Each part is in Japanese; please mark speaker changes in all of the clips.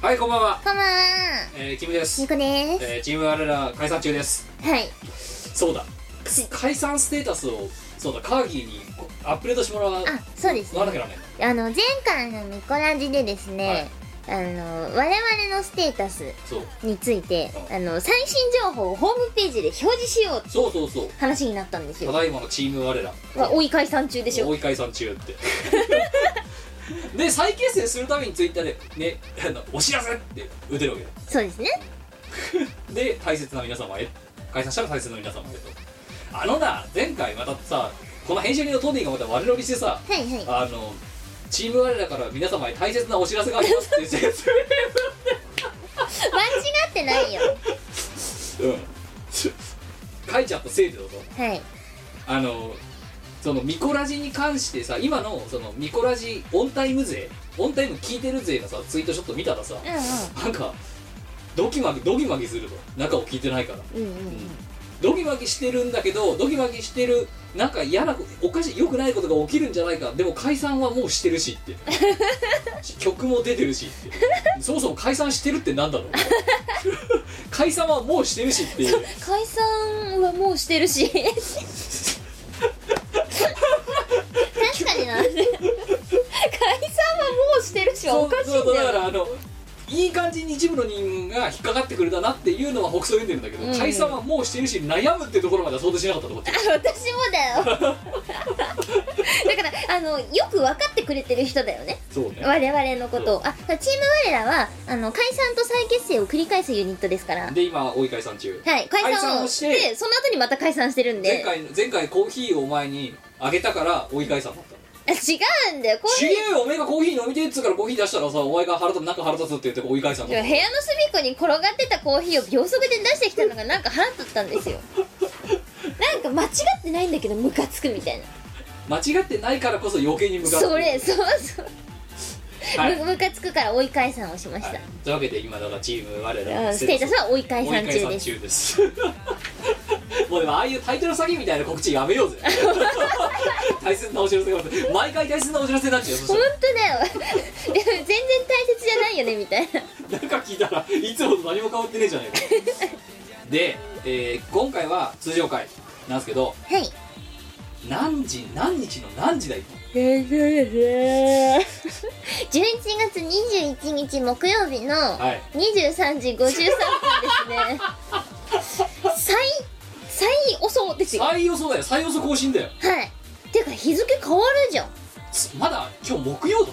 Speaker 1: はいこんばんは、
Speaker 2: こんばんは
Speaker 1: えー、キムです
Speaker 2: ニ、コです、
Speaker 1: えー、チーム我ら解散中です
Speaker 2: はい
Speaker 1: そうだ解散ステータスをそうだカーギーにこアップデートしてもらわな
Speaker 2: あそうですね
Speaker 1: きゃダメ
Speaker 2: あの前回のミコラジでですね、あの我々のステータス
Speaker 1: そう
Speaker 2: についてあの最新情報をホームページで表示しようって
Speaker 1: そうそうそう
Speaker 2: 話になったんです
Speaker 1: た
Speaker 2: よ
Speaker 1: だいまのチーム我ら
Speaker 2: まあ追い解散中でしょ
Speaker 1: 大井解散中って で再結成するためにツイッターでねあのお知らせって打てるわけだ
Speaker 2: そうですね
Speaker 1: で大切な皆様へ解散したら大切な皆様へとあのな前回またさこの編集人のトニーがまた我乗りしてさ
Speaker 2: はいはい
Speaker 1: あのチーム我らから皆様へ大切なお知らせがありますって説
Speaker 2: 間違ってないよ
Speaker 1: 明うん書いちゃったせいでだぞ
Speaker 2: はい
Speaker 1: あのそのミコラジに関してさ今のそのミコラジオンタイム勢オンタイム聞いてる勢がさツイートちょっと見たらさ、
Speaker 2: う
Speaker 1: なんかドキマギドキマギすると中を聞いてないから、
Speaker 2: んうんうんうんうん
Speaker 1: ドキマギしてるんだけどドキマギしてるなんか嫌なことおかしい良くないことが起きるんじゃないかでも解散はもうしてるしって 曲も出てるしってそもそも解散してるってなんだろう 解散はもうしてるし っていう
Speaker 2: 解散はもうしてる し確かに な解散はもうしてるしはおかしいん
Speaker 1: そう
Speaker 2: だ
Speaker 1: だ
Speaker 2: よ
Speaker 1: からあのいい感じに一部の人間が引っかかってくれたなっていうのは北総言うんだけど、
Speaker 2: うん
Speaker 1: 解散はもうしてるし悩むってところまでは想像しなかったと思って
Speaker 2: 私もだよだからあのよく分かってくれてる人だよね
Speaker 1: そうね
Speaker 2: 我々のことをあチーム我らはあの解散と再結成を繰り返すユニットですからはい
Speaker 1: で今追い解散中
Speaker 2: 解
Speaker 1: 解
Speaker 2: 散
Speaker 1: 散
Speaker 2: を
Speaker 1: を
Speaker 2: し
Speaker 1: してて
Speaker 2: その後にまた解散してるん
Speaker 1: 前
Speaker 2: で
Speaker 1: 回前回コーヒーをお前にあげたから追い解散だった
Speaker 2: あ違うんだよこう
Speaker 1: ちげえよお前がコーヒー飲みてえっつうからコーヒー出したらさお前が腹立つなんか腹立つって言って追い解散
Speaker 2: 部屋
Speaker 1: だっ
Speaker 2: の隅っこに転がってたコーヒーを秒速で出してきたのがなんか腹立ったんで すよなんか間違ってないんだけどムカつくみたいな
Speaker 1: た間違ってないからこそ余計に向かって
Speaker 2: それそうそう、
Speaker 1: はい、
Speaker 2: むムカつくから追い解散をしました、
Speaker 1: はいというわけで今だからチーム我
Speaker 2: う
Speaker 1: ら
Speaker 2: んステータスは追い解
Speaker 1: 追い
Speaker 2: 散
Speaker 1: 解
Speaker 2: 中
Speaker 1: 散
Speaker 2: です
Speaker 1: 中です もうでもああいうタイトル詐欺みたいな告知やめ ようぜ大切なお知らせがある毎回大切なお知らせになっちゃうよそ
Speaker 2: 本
Speaker 1: し
Speaker 2: 当だよいや全然大切じゃないよねみたいな
Speaker 1: たらなんか聞いたらいつもと何も変わってねえじゃねえ かで、えー今回は通常回なんですけど
Speaker 2: はい
Speaker 1: 何時何日の何時だい
Speaker 2: 11月21日木曜日の
Speaker 1: はい
Speaker 2: 23時53分ですね 最最遅ですよは
Speaker 1: 最予想だよ最予想更新だよ
Speaker 2: いてか日付変わるじゃん
Speaker 1: つまだ今日木曜だぞ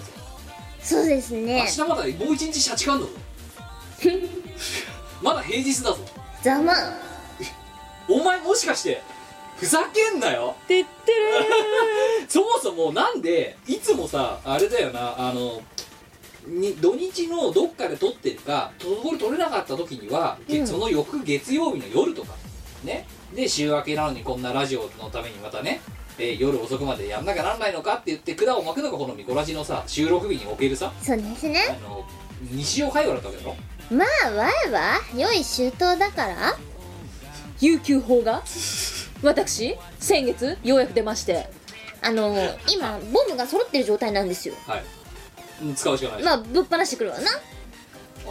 Speaker 2: そうです
Speaker 1: 明
Speaker 2: ね
Speaker 1: 日まだもう一日社畜あんだぞ まだ平日だぞ
Speaker 2: ざま
Speaker 1: お前もしかしてふざけんなよ
Speaker 2: てって
Speaker 1: そもそもなんでいつもさあれだよなあのに土日のどっかで撮ってるかところ取れなかった時には、げ
Speaker 2: うん
Speaker 1: その翌月曜日の夜とかねで週明けなのにこんなラジオのためにまたね、えー夜遅くまでやんなきゃなんないのかって言って管を巻くのがこのミコラジのさ収録日におけるさ
Speaker 2: そうですね
Speaker 1: あの日曜会話だったわけだろ
Speaker 2: まあわいは良い周到だから
Speaker 3: 有給法が私先月ようやく出まして
Speaker 2: あの今ボムが揃ってる状態なんですよ
Speaker 1: はいうん使うしかない、
Speaker 2: まあぶっ放してくるわな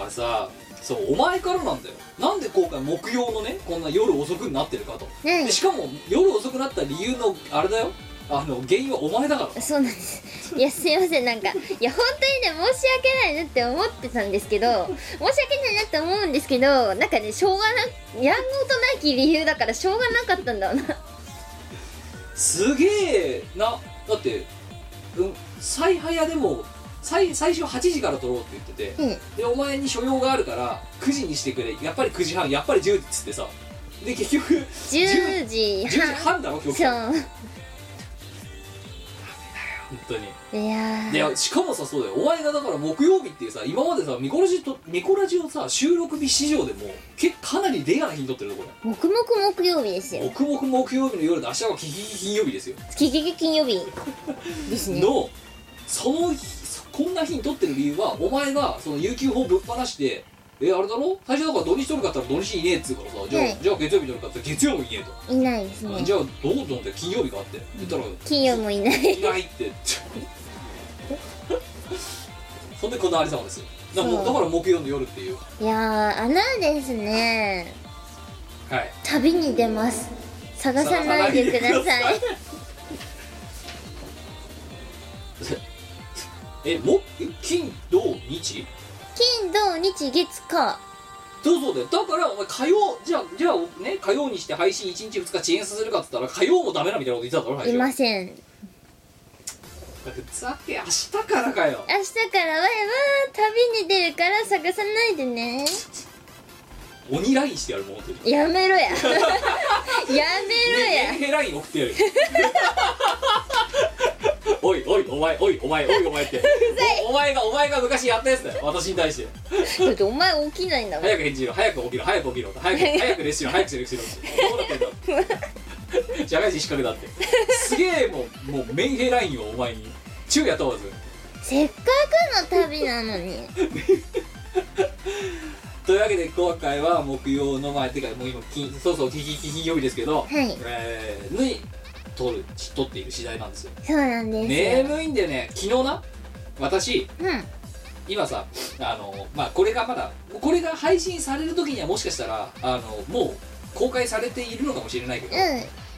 Speaker 1: あれさそうお前からなんだよなんで今回木曜のねこんな夜遅くになってるかと
Speaker 2: ね
Speaker 1: でしかも夜遅くなった理由のあれだよあの原因はお前だから
Speaker 2: えそうなんですいやすいませんなんかいや本当にね申し訳ないなって思ってたんですけど申し訳ないなって思うんですけどなんかねしょうがなやんごとなき理由だからしょうがなかったんだろうな
Speaker 1: すげえなだって、うん、最早でも最最初8時から撮ろうって言ってて、
Speaker 2: うん
Speaker 1: でお前に所用があるから9時にしてくれやっぱり9時半やっぱり10時っつってさで結局10
Speaker 2: 10時
Speaker 1: 10時
Speaker 2: 半
Speaker 1: 半だろ今日本
Speaker 2: そ
Speaker 1: 当に
Speaker 2: ういやー
Speaker 1: でしかもさそうだよお前がだから木曜日っていうさ今までさミコラジとミコラジをさ収録日史上でもけかなりレアな日に撮ってるところ
Speaker 2: 黙々木曜日ですよ
Speaker 1: 黙々木曜日の夜で明日はキキキ金曜日ですよ
Speaker 2: 月々金曜日ですね
Speaker 1: のその日こんな日に撮ってる理由はお前がその有給法ぶっ放してえあれだろ最初だから土日撮るかって言ったら土日いねえっつうからさじゃあ,、
Speaker 2: はい
Speaker 1: じゃあ月曜日撮るかって言ったら月曜もいねえと、
Speaker 2: いないですね
Speaker 1: じゃあどうと思って金曜日があ って言ったら
Speaker 2: 金曜もいない
Speaker 1: いないって本当にこだわり様ですよだから
Speaker 2: そう
Speaker 1: だから木曜の夜っていう
Speaker 2: いやー穴ですね
Speaker 1: はい
Speaker 2: 旅に出ます探さないでください
Speaker 1: えもえ金土日
Speaker 2: 金土日月火
Speaker 1: そうそうだよだからお前火曜じゃあじゃあね火曜にして配信1日2日遅延させるかっつったら火曜もダメだみたいなこと言ってただろ
Speaker 2: い
Speaker 1: 最
Speaker 2: ま
Speaker 1: 初
Speaker 2: せん
Speaker 1: ふざけ明日からかよ
Speaker 2: 明日からはわー旅に出るから探さないでね
Speaker 1: 鬼ラインしてやるもん本当に
Speaker 2: やめろ ややめろや
Speaker 1: ヘライン送ってやるおいおいお前おいお前おいお前っておお前がお前が昔やったやつだよ私に対して
Speaker 2: だってお前起きないんだもん
Speaker 1: 早く返事しろ早く起きろ早く起きろ早く早くレッシュしろ早くセレクシろどうなってんだって社会人仕掛けだってすげえもうもうメンヘラインをお前に昼夜問わず
Speaker 2: せっかくの旅なのに
Speaker 1: というわけで今回は木曜の前てかもう今金そうそう金金曜日ですけど、
Speaker 2: い
Speaker 1: えー、に撮る撮っている次第なんですよ
Speaker 2: そうなんですよ、
Speaker 1: 眠いんでね昨日な私
Speaker 2: うん
Speaker 1: 今さあのまあこれがまだこれが配信される時にはもしかしたらあのもう公開されているのかもしれないけど、
Speaker 2: うん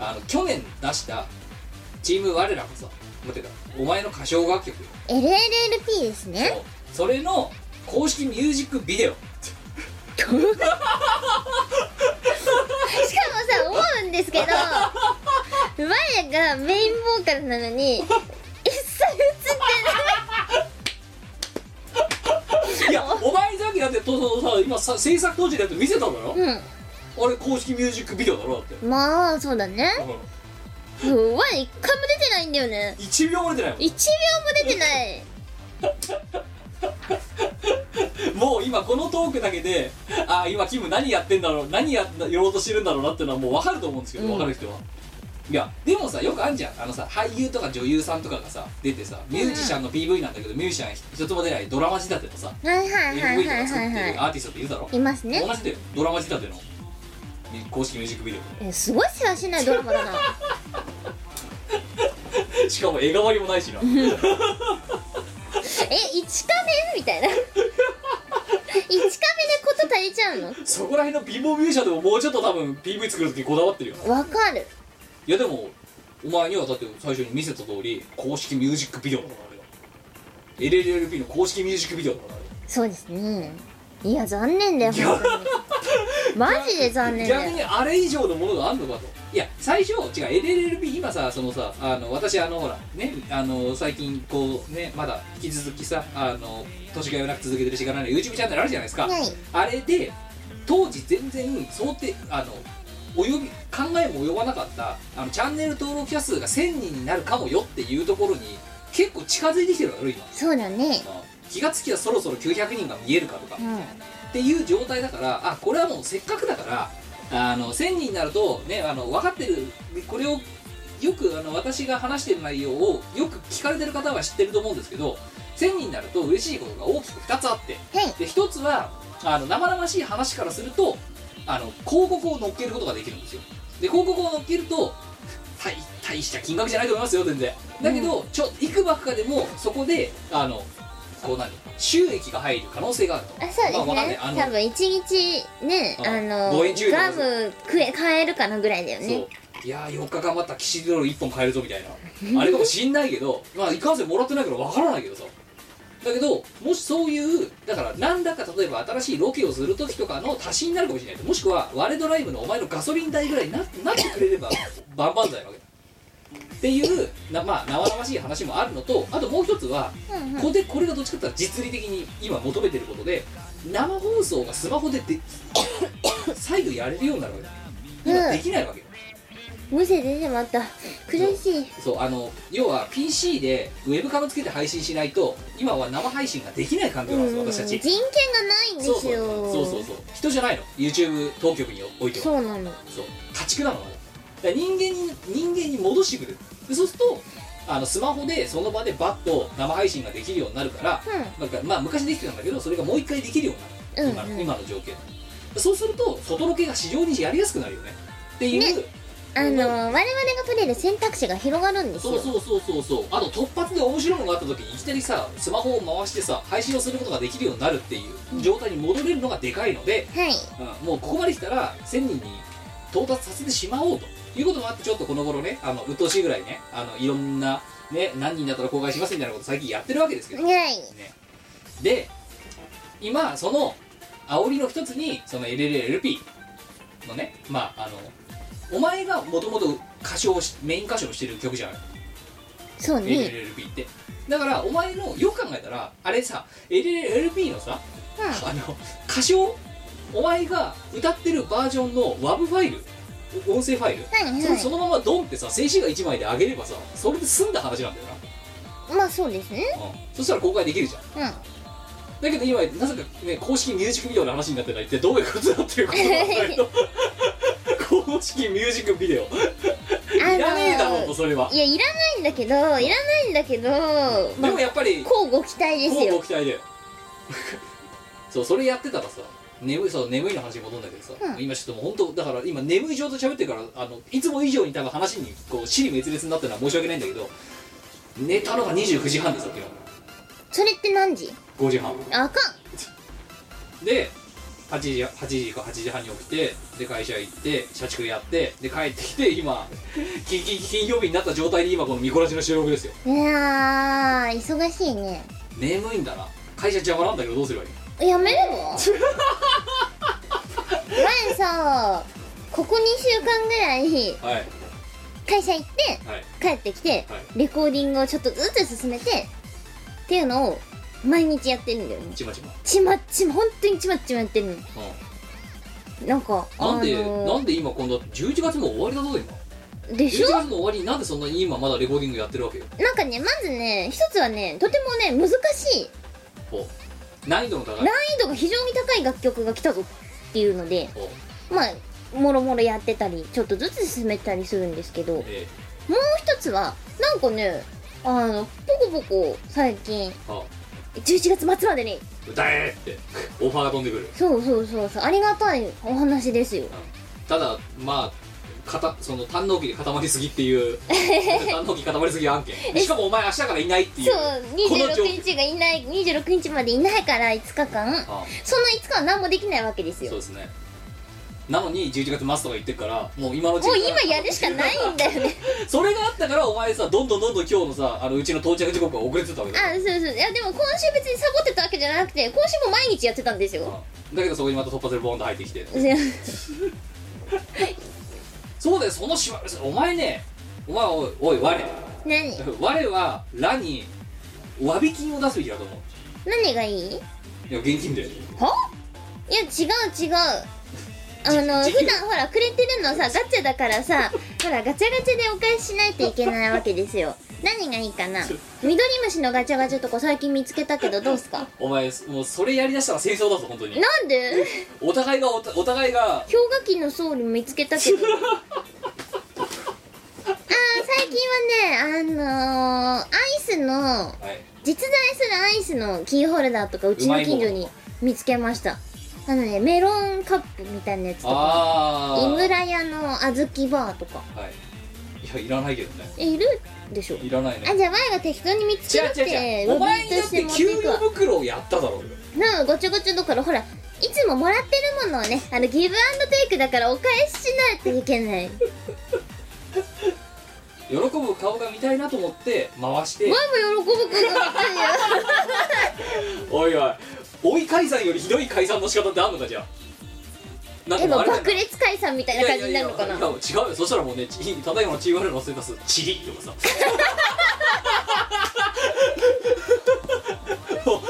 Speaker 1: あの去年出したチーム我らがさ待ってたお前の歌唱楽曲
Speaker 2: LLLP ですね
Speaker 1: そそれの公式ミュージックビデオ
Speaker 2: しかもさ思うんですけどマヤがメインボーカルなのに一切映
Speaker 1: いやお前さっきだってとととさ今さ制作当時だって見せたんだろ
Speaker 2: ってない
Speaker 1: あれ公式ミュージックビデオだろだって
Speaker 2: うんまあそうだね
Speaker 1: う
Speaker 2: うんワイ一回も出てないんだよね
Speaker 1: ん1秒も出てない
Speaker 2: 1秒も出てない
Speaker 1: もんもう今このトークだけでああ今キム何やってんだろう何ややろうとしてるんだろうなってのはもう分かると思うんですけど
Speaker 3: うん
Speaker 1: 分かる人は、いやでもさよくあるじゃんあのさ俳優とか女優さんとかがさ出てさミュージシャンの PV なんだけどミュージシャン一つも出ないドラマ仕立てのさ
Speaker 2: はいはいはい
Speaker 1: MV と
Speaker 2: はい
Speaker 1: か作って
Speaker 2: はい
Speaker 1: る
Speaker 2: は
Speaker 1: アーティストっているだろ
Speaker 2: いいますね
Speaker 1: 同じだよドラマ仕立ての公式ミュージックビデオ
Speaker 2: えーすごい世話しないドラマだな
Speaker 1: でしかも絵代わりもない しな
Speaker 2: え一カメみたいな一カメでこと足りちゃうの
Speaker 1: そこら辺の貧乏ミュージシャンでももうちょっと多分 PV 作る時こだわってるよ
Speaker 2: わかる
Speaker 1: いやでもお前にはだって最初に見せた通り公式ミュージックビデオだからあれが LLLP の公式ミュージックビデオだから
Speaker 2: そうですねいや残念だよ
Speaker 1: いや
Speaker 2: 本当にマジで
Speaker 1: あ
Speaker 2: 残
Speaker 1: れ
Speaker 2: 念だ
Speaker 1: 逆
Speaker 2: よ
Speaker 1: にあれ以上のものがあるのかといや最初違う LLLP 今さそのさあの私あのほらねあの最近こうねまだ引き続きさあの年がいなく続けてるしがない YouTube チャンネルあるじゃないですか、
Speaker 2: はい
Speaker 1: あれで当時全然想定あの及び考えも及ばなかったあのチャンネル登録者数が1000人になるかもよっていうところに結構近づいてきてるわよ今
Speaker 2: そうだね
Speaker 1: 気がつきはそろそろ900人が見えるかとか
Speaker 2: うん
Speaker 1: っていう状態だからあこれはもうせっかくだからあの1000人になるとねあの分かってるでこれをよくあの私が話してる内容をよく聞かれてる方は知ってると思うんですけど1000人になると嬉しいことが大きく2つあって
Speaker 2: はい
Speaker 1: で一つはあの生々しい話からするとあの広告を乗っけることができるんですよで広告を乗っけると大大した金額じゃないと思いますよ全然だけど、ちょいくばくかでもそこであのこう何収益が入る可能性があると
Speaker 2: あそうです
Speaker 1: まあわかんない
Speaker 2: ね、
Speaker 1: あの
Speaker 2: 多分一日ね
Speaker 1: あ
Speaker 2: あの
Speaker 1: 五円注意とか
Speaker 2: ガム食え買えるかなぐらいだよ
Speaker 1: そ
Speaker 2: ね
Speaker 1: ういやー4日頑張った岸ドロ1本買えるぞみたいなあれかもしんないけどまあいかんせんもらってないからわからないけどさだけどもしそういうだからなんだか例えば新しいロケをする時とかの足しになるかもしれないもしくは割れドライブのお前のガソリン代ぐらいにななってくれれば万々歳なわけだっていうなまあ生々しい話もあるのとあともう一つは
Speaker 2: うんうん
Speaker 1: これこれがどっちかっていうと実利的に今求めてることで生放送がスマホで で再度やれるようになるわけだ今できないわけよ
Speaker 2: むせてしまった苦しい
Speaker 1: そうあの要は PC でウェブカムつけて配信しないと今は生配信ができない環境なんですよ、
Speaker 2: うん人
Speaker 1: 私た
Speaker 2: 権
Speaker 1: ち
Speaker 2: がないんです
Speaker 1: そ
Speaker 2: よ
Speaker 1: うそうそうそうそう人じゃないの YouTube 当局においては
Speaker 2: そうなの
Speaker 1: そう家畜なのまだだから人間に人間に戻してくるでそうするとあのスマホでその場でバッと生配信ができるようになるから、なんかまあ昔できてたんだけどそれがもう一回できるようになる、
Speaker 2: うんうん
Speaker 1: 今の今の状況そうすると外ロケが非常にやりやすくなるよねっていう、
Speaker 2: あの我々が取れる選択肢が広がるんです
Speaker 1: そう
Speaker 2: よ
Speaker 1: そうそうそうそうあと突発で面白いのがあった時にいきなりさスマホを回してさ配信をすることができるようになるっていう状態に戻れるのがでかいので、
Speaker 2: はい
Speaker 1: うん、もうここまで来たら1000人に到達させてしまおうということもあってちょっとこの頃ねあの鬱陶しいぐらいねあのいろんな、ね、何人だったら公開しますみたいなこと最近やってるわけですけど、ね、
Speaker 2: はい
Speaker 1: で今その煽りの一つにその LLLP のねまああのお前がもともと歌唱しメイン歌唱してる曲じゃない
Speaker 2: そうね
Speaker 1: LLLP ってだからお前のよく考えたらあれさ LLLP のさ
Speaker 2: う
Speaker 1: あの歌唱お前が歌ってるバージョンの WAV ファイルお音声ファイル、
Speaker 2: んはい
Speaker 1: それそ
Speaker 2: は
Speaker 1: のままドンってさ静止画1枚で上げればさそれで済んだ話なんだよ
Speaker 2: いまあそうですね
Speaker 1: な、うん、そしたら公開できるじゃん
Speaker 2: うん
Speaker 1: だけど今なぜかね公式ミュージックビデオの話になってないってどういうことだっていうことなんだけ ど公式ミュージックビデオいらねえだろうとそれはい
Speaker 2: やいらないんだけどいらないんだけどま
Speaker 1: で
Speaker 2: あ
Speaker 1: もやっぱり
Speaker 2: 交互期待です
Speaker 1: 乞う
Speaker 2: よ
Speaker 1: ご期待で そうそれやってたらさ眠いそう眠いの話に戻るんだけどさ、
Speaker 2: うん
Speaker 1: 今ちょっともう本当だから今眠い状態で喋ってるからあのいつも以上に多分話にこう尻滅裂になってるのは申し訳ないんだけど寝たのが29時半ですよ
Speaker 2: それって何時
Speaker 1: 今日5時半
Speaker 2: ああかん
Speaker 1: で8時 ,8 時か8時半に起きてで会社行って社畜やってで帰ってきて今金金金曜日になった状態で今この「見こらし」の収録ですよ
Speaker 2: いやー忙しいね
Speaker 1: 眠いんだな会社邪魔なんだけどどうすればいい
Speaker 2: やめれば 前さここ2週間ぐらい
Speaker 1: はいはい
Speaker 2: 会社行って帰ってきて
Speaker 1: はい
Speaker 2: レコーディングをちょっとずつ進めてっていうのを毎日やってるんだよね
Speaker 1: ちまちま、
Speaker 2: ちまっちま本当にちまっちまやってるの
Speaker 1: うん
Speaker 2: なんか
Speaker 1: なんで、
Speaker 2: あのー
Speaker 1: なんで今こんな11月も終わりだぞ今
Speaker 2: で
Speaker 1: 11
Speaker 2: しょ
Speaker 1: 月の終わりになんでそんなに今まだレコーディングやってるわけよ
Speaker 2: なんかねまずね一つはねとてもね難しい
Speaker 1: お難易度の高い
Speaker 2: 難易度が非常に高い楽曲が来たぞっていうので
Speaker 1: お
Speaker 2: まあもろもろやってたりちょっとずつ進めたりするんですけどもう
Speaker 1: え
Speaker 2: 一つはなんかねあのポコポコ最近
Speaker 1: ー、あ
Speaker 2: 11月末までに
Speaker 1: 歌えってオファーが飛んでくる
Speaker 2: そうそうそうそうありがたいお話ですよ
Speaker 1: ただまあかたその胆の気で固まりすぎって いう胆の気固まりすぎ案件しかもお前明日からいないっていう
Speaker 2: そう
Speaker 1: この状
Speaker 2: 26日がいない26日までいないから5日間
Speaker 1: あ
Speaker 2: その5日は何もできないわけです
Speaker 1: そ
Speaker 2: よ
Speaker 1: う
Speaker 2: もう
Speaker 1: ですねなのに11月末とか言ってるからもう今のうちに
Speaker 2: 今やるしかないんだよね
Speaker 1: それがあったからお前さどんどんどんどん今日のさあのうちの到着時刻が遅れてたわけだよ
Speaker 2: あそうそういやでも今週別にサボってたわけじゃなくて今週も毎日やってたんですよ
Speaker 1: うんだけどそこにまた突発でボーンと入ってきて
Speaker 2: そう
Speaker 1: そうだよそのしわお前ねお前おいおい我
Speaker 2: 何
Speaker 1: 我はラに詫び金を出すべきだと思
Speaker 2: 何がいいう
Speaker 1: いや現金で
Speaker 2: はいや違う違うあの
Speaker 1: じ
Speaker 2: 普段ほらくれてるのさガチャだからさほらガチャガチャでお返ししないといけないわけですよ何がいいかな緑虫のガチャガチャとか最近見つけたけどどうすか
Speaker 1: お前もうそれやりだしたら戦争だぞ本当に
Speaker 2: なんで
Speaker 1: お互いがおたお互いが
Speaker 2: 氷河期の僧侶見つけ たけどあー最近はねあのー、アイスの
Speaker 1: はい
Speaker 2: 実在するアイスのキーホルダーとかうちの近所に見つけましたあのねメロンカップみたいなやつとか
Speaker 1: ああ
Speaker 2: 井村屋の小豆バーとか
Speaker 1: はいいやいらないけどね
Speaker 2: えいるでしょ
Speaker 1: いらない
Speaker 2: あ
Speaker 1: ね
Speaker 2: じゃあ前が適当に見つ
Speaker 1: 違
Speaker 2: けるっ
Speaker 1: う違
Speaker 2: て
Speaker 1: う違う
Speaker 2: ロ
Speaker 1: お
Speaker 2: ビ
Speaker 1: 前
Speaker 2: ー
Speaker 1: に
Speaker 2: と
Speaker 1: だっ
Speaker 2: して
Speaker 1: て
Speaker 2: 持っ
Speaker 1: 給
Speaker 2: ていく
Speaker 1: 与
Speaker 2: わ
Speaker 1: 袋をやっただろうよ
Speaker 2: なあごちょごちょだからほらいつももらってるものをねあのギブアンドテイクだからお返ししないといけ ない
Speaker 1: 喜ぶ顔が見たいなと思って回し
Speaker 2: 前も喜ぶこと
Speaker 1: て
Speaker 2: ができるよ
Speaker 1: おいおい追い解散よりひどい解散の仕方ってあんのかじゃあなん
Speaker 2: え
Speaker 1: もう
Speaker 2: ば
Speaker 1: あれだ
Speaker 2: 爆裂解散みたいな感じになるのかない
Speaker 1: やいやいや違うよそしたらもうねちただいまのチームワールドのステータスチリとかさもう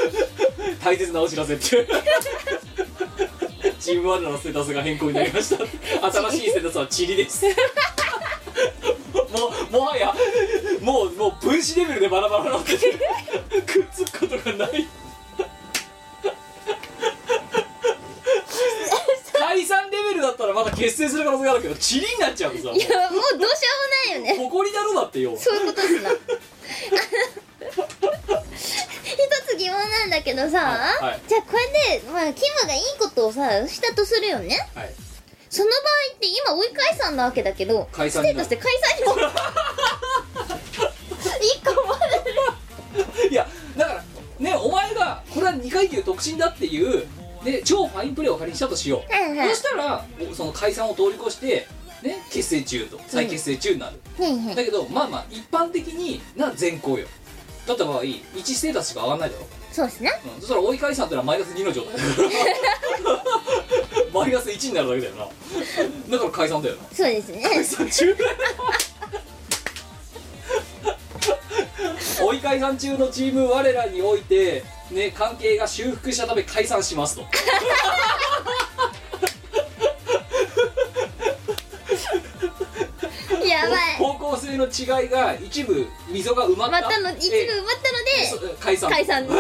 Speaker 1: 大切なお知らせっていうチームワールドのステータスが変更になりま した新しいステータスはチリですもうもはやもうもう分子レベルでバラバラになっててくっつくことがない解散レベルだったらまだ結成する可能性があるけどチリになっちゃうのさも
Speaker 2: いやもうどうしようもないよね
Speaker 1: う誇りだろだってよ
Speaker 2: そういうことすなあの一つ疑問なんだけどさ、
Speaker 1: はいはい
Speaker 2: じゃあこれで、まあ、キムがいいことをさしたとするよね
Speaker 1: はい
Speaker 2: その場合って今追い解散なわけだけど
Speaker 1: 解散
Speaker 2: ステ
Speaker 1: に
Speaker 2: ータ
Speaker 1: な
Speaker 2: スで
Speaker 1: る
Speaker 2: 解散にも一個まで
Speaker 1: いやだからねお前がこれは2階級特進だっていうで超ファインプレーを仮にしたとしよう、
Speaker 2: はいはい
Speaker 1: そしたらおその解散を通り越してね結成中と再結成中になる、
Speaker 2: はいはい
Speaker 1: だけどまあまあ一般的にな全校よだった場合1ステータスしか上がんないだろ、
Speaker 2: そうですね
Speaker 1: うん、そしたら追い返さんってのはマイナス2の状態だ からマイナス1になるだけだよなだから解散だよな
Speaker 2: そうですね
Speaker 1: 解散中 追い解散中のチーム我らにおいてね関係が修復したため解散しますと
Speaker 2: やばい
Speaker 1: 方向性の違いが一部溝が埋まっ
Speaker 2: ま
Speaker 1: た
Speaker 2: たの一部埋
Speaker 1: え
Speaker 2: まったので
Speaker 1: え解散
Speaker 2: 解散で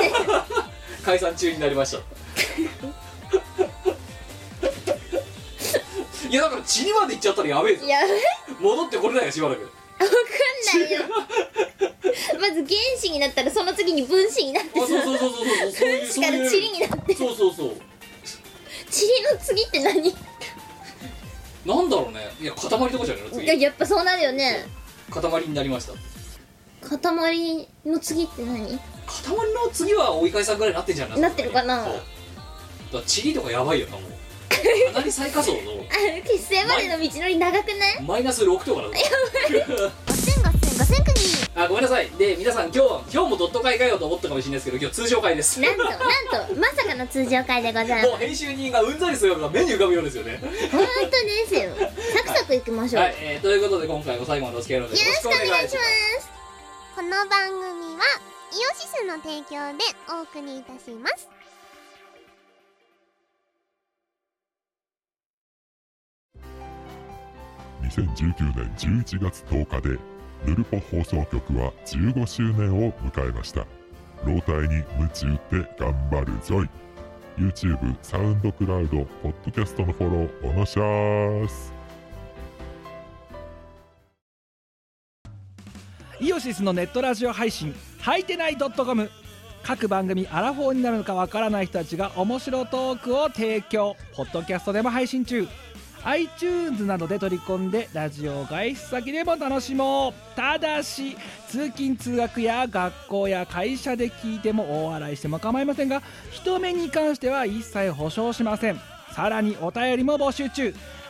Speaker 1: 解散中になりましたいやだから地にまで行っちゃったらやべえぞ
Speaker 2: やばい
Speaker 1: 戻ってこれないよしばらく
Speaker 2: わかんないよまず原子になったらその次に分子になっ
Speaker 1: あ
Speaker 2: て
Speaker 1: そうそう
Speaker 2: さ
Speaker 1: そうそうそうそういう
Speaker 2: 分子
Speaker 1: そう
Speaker 2: か
Speaker 1: いう
Speaker 2: ら塵になって
Speaker 1: そうそうそう
Speaker 2: 塵の次って何
Speaker 1: なんだろうねいや塊とかじゃないの
Speaker 2: いや
Speaker 1: 次
Speaker 2: やっぱそうなるよね
Speaker 1: 塊になりました
Speaker 2: 塊の次って何
Speaker 1: 塊の次は追い返さんぐらいになってんじゃない
Speaker 2: なってるかな
Speaker 1: そうだからチリとかやばいよなもうかなり最下層の
Speaker 2: あ結成までの道のり長くない
Speaker 1: マイナス6とかだぞ
Speaker 2: ガセンガセンガセンク
Speaker 1: あごめんなさいで皆さん今日は今日もドット会かよと思ったかもしれないですけど今日通常会です
Speaker 2: になんとなんとまさかの通常会でございます
Speaker 1: もう編集人がうんざりするのが目に浮かぶようですよね
Speaker 2: 本当ですよサクサクいきましょう、
Speaker 1: はい、えーということで今回も最後までお付き合いのほど
Speaker 2: よ
Speaker 1: よ
Speaker 2: ろ
Speaker 1: ろし
Speaker 2: しく
Speaker 1: く
Speaker 2: お
Speaker 1: お
Speaker 2: 願
Speaker 1: 願
Speaker 2: い
Speaker 1: い
Speaker 2: し
Speaker 1: し
Speaker 2: ま
Speaker 1: ますす
Speaker 4: この番組はイオシスの提供でお送りいたします
Speaker 5: 2019年11月10日でヌルポ放送局は15周年を迎えました老体に鞭打って頑張るぞい YouTube サウンドクラウドポッドキャストのフォローおのしゃーす
Speaker 6: イオシスのネットラジオ配信「はいてない .com」各番組アラフォーになるのかわからない人たちが面白トークを提供ポッドキャストでも配信中 iTunes などで取り込んでラジオを外出先でも楽しもうただし通勤通学や学校や会社で聞いても大笑いしても構いませんが人目に関しては一切保証しませんさらにお便りも募集中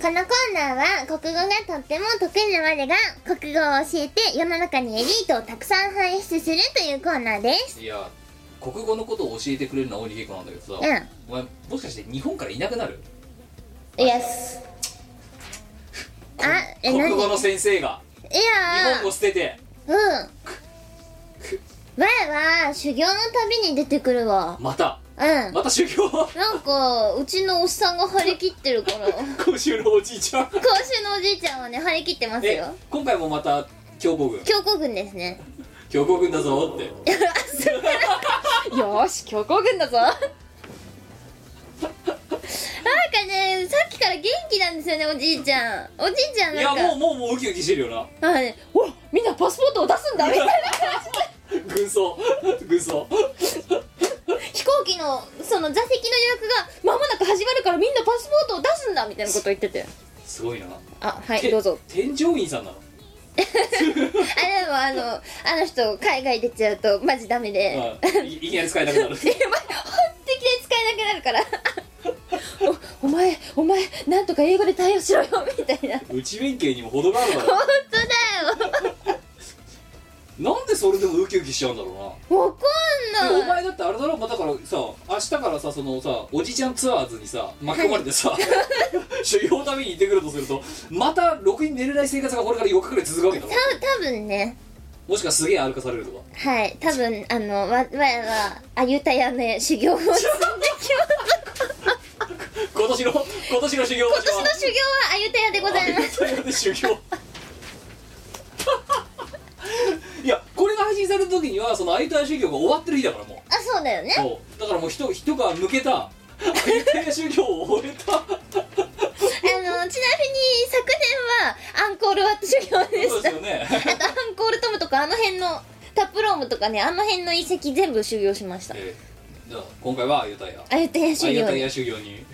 Speaker 2: このコーナーは国語がとっても得意な我が国語を教えて世の中にエリートをたくさん輩出するというコーナーです
Speaker 1: いや国語のことを教えてくれるのは大西恵子なんだけどさ、
Speaker 2: うん
Speaker 1: お前もしかして日本からいなくなる
Speaker 2: イエスあえ
Speaker 1: 国
Speaker 2: 何い
Speaker 1: 語の先生が日
Speaker 2: や
Speaker 1: 本を捨てて
Speaker 2: うん前は修行の旅に出てくるわ
Speaker 1: また
Speaker 2: うんなん
Speaker 1: また修行
Speaker 2: かうちのおっさんが張り切ってるから 今
Speaker 1: 今週のおじいちゃん
Speaker 2: 週のおじいちゃんはね張り切ってます
Speaker 1: え
Speaker 2: よ
Speaker 1: 今回もまた強行軍
Speaker 2: 強行軍ですね
Speaker 1: 強行軍だぞって
Speaker 3: よーし強行軍だぞ
Speaker 2: なんかねさっきから元気なんですよねおじいちゃんおじいちゃん
Speaker 1: い
Speaker 2: な
Speaker 1: や
Speaker 2: んか
Speaker 1: もうもうもうウキウキしてるよな
Speaker 2: あね
Speaker 3: ほらみんなパスポートを出すんだみたいな
Speaker 1: 軍曹軍曹
Speaker 2: 飛行機のその座席の予約が
Speaker 3: 間もなく始まるからみんなパスポートを出すんだみたいなこと言ってて
Speaker 1: すごいな
Speaker 3: あは
Speaker 1: て
Speaker 3: いどうぞ
Speaker 1: 添乗員さんなの
Speaker 2: あでもあのあの人海外出ちゃうとマジダメで、
Speaker 1: うんい いきなり使えなく なる
Speaker 2: 敵で使えなくなるから
Speaker 3: お前お前なんとか英語で対応しろよみたいな
Speaker 1: 内弁慶にも程があるから
Speaker 2: 本当だよ
Speaker 1: なんでそれでもウキウキしちゃうんだろ
Speaker 2: わ
Speaker 1: うな、
Speaker 2: か
Speaker 1: で
Speaker 2: ん
Speaker 1: お
Speaker 2: ない
Speaker 1: 前だってあれだろ、まあ、だからさ明日からさそのさおじちゃんツアーズにさ巻き込まれてさ、 修行のために行ってくるとするとまたろくに寝れない生活がこれから4日くらい続くわ けだろ
Speaker 2: た多分ね
Speaker 1: もしかすげえ歩かされるとか
Speaker 2: はい多分あのわわやはあゆたやめ修行を積んできます
Speaker 1: 今年の今年の修行場
Speaker 2: 今年の修行はあゆたやでございます
Speaker 1: す修行がその相対宗教が終わってる日だからもう
Speaker 2: あそうだよね
Speaker 1: そうだからもう人人が抜けた相対宗教を終えた
Speaker 2: あのちなみに昨年はアンコールワット修行で
Speaker 1: そう
Speaker 2: し
Speaker 1: です
Speaker 2: た
Speaker 1: よね
Speaker 2: あとアンコールトムとかあの辺のタップロームとかねあの辺の遺跡全部修行しました
Speaker 1: えーじゃあ今回はあゆたや
Speaker 2: あゆたや修
Speaker 1: あ
Speaker 2: 行
Speaker 1: ゆた
Speaker 2: に
Speaker 1: や修行に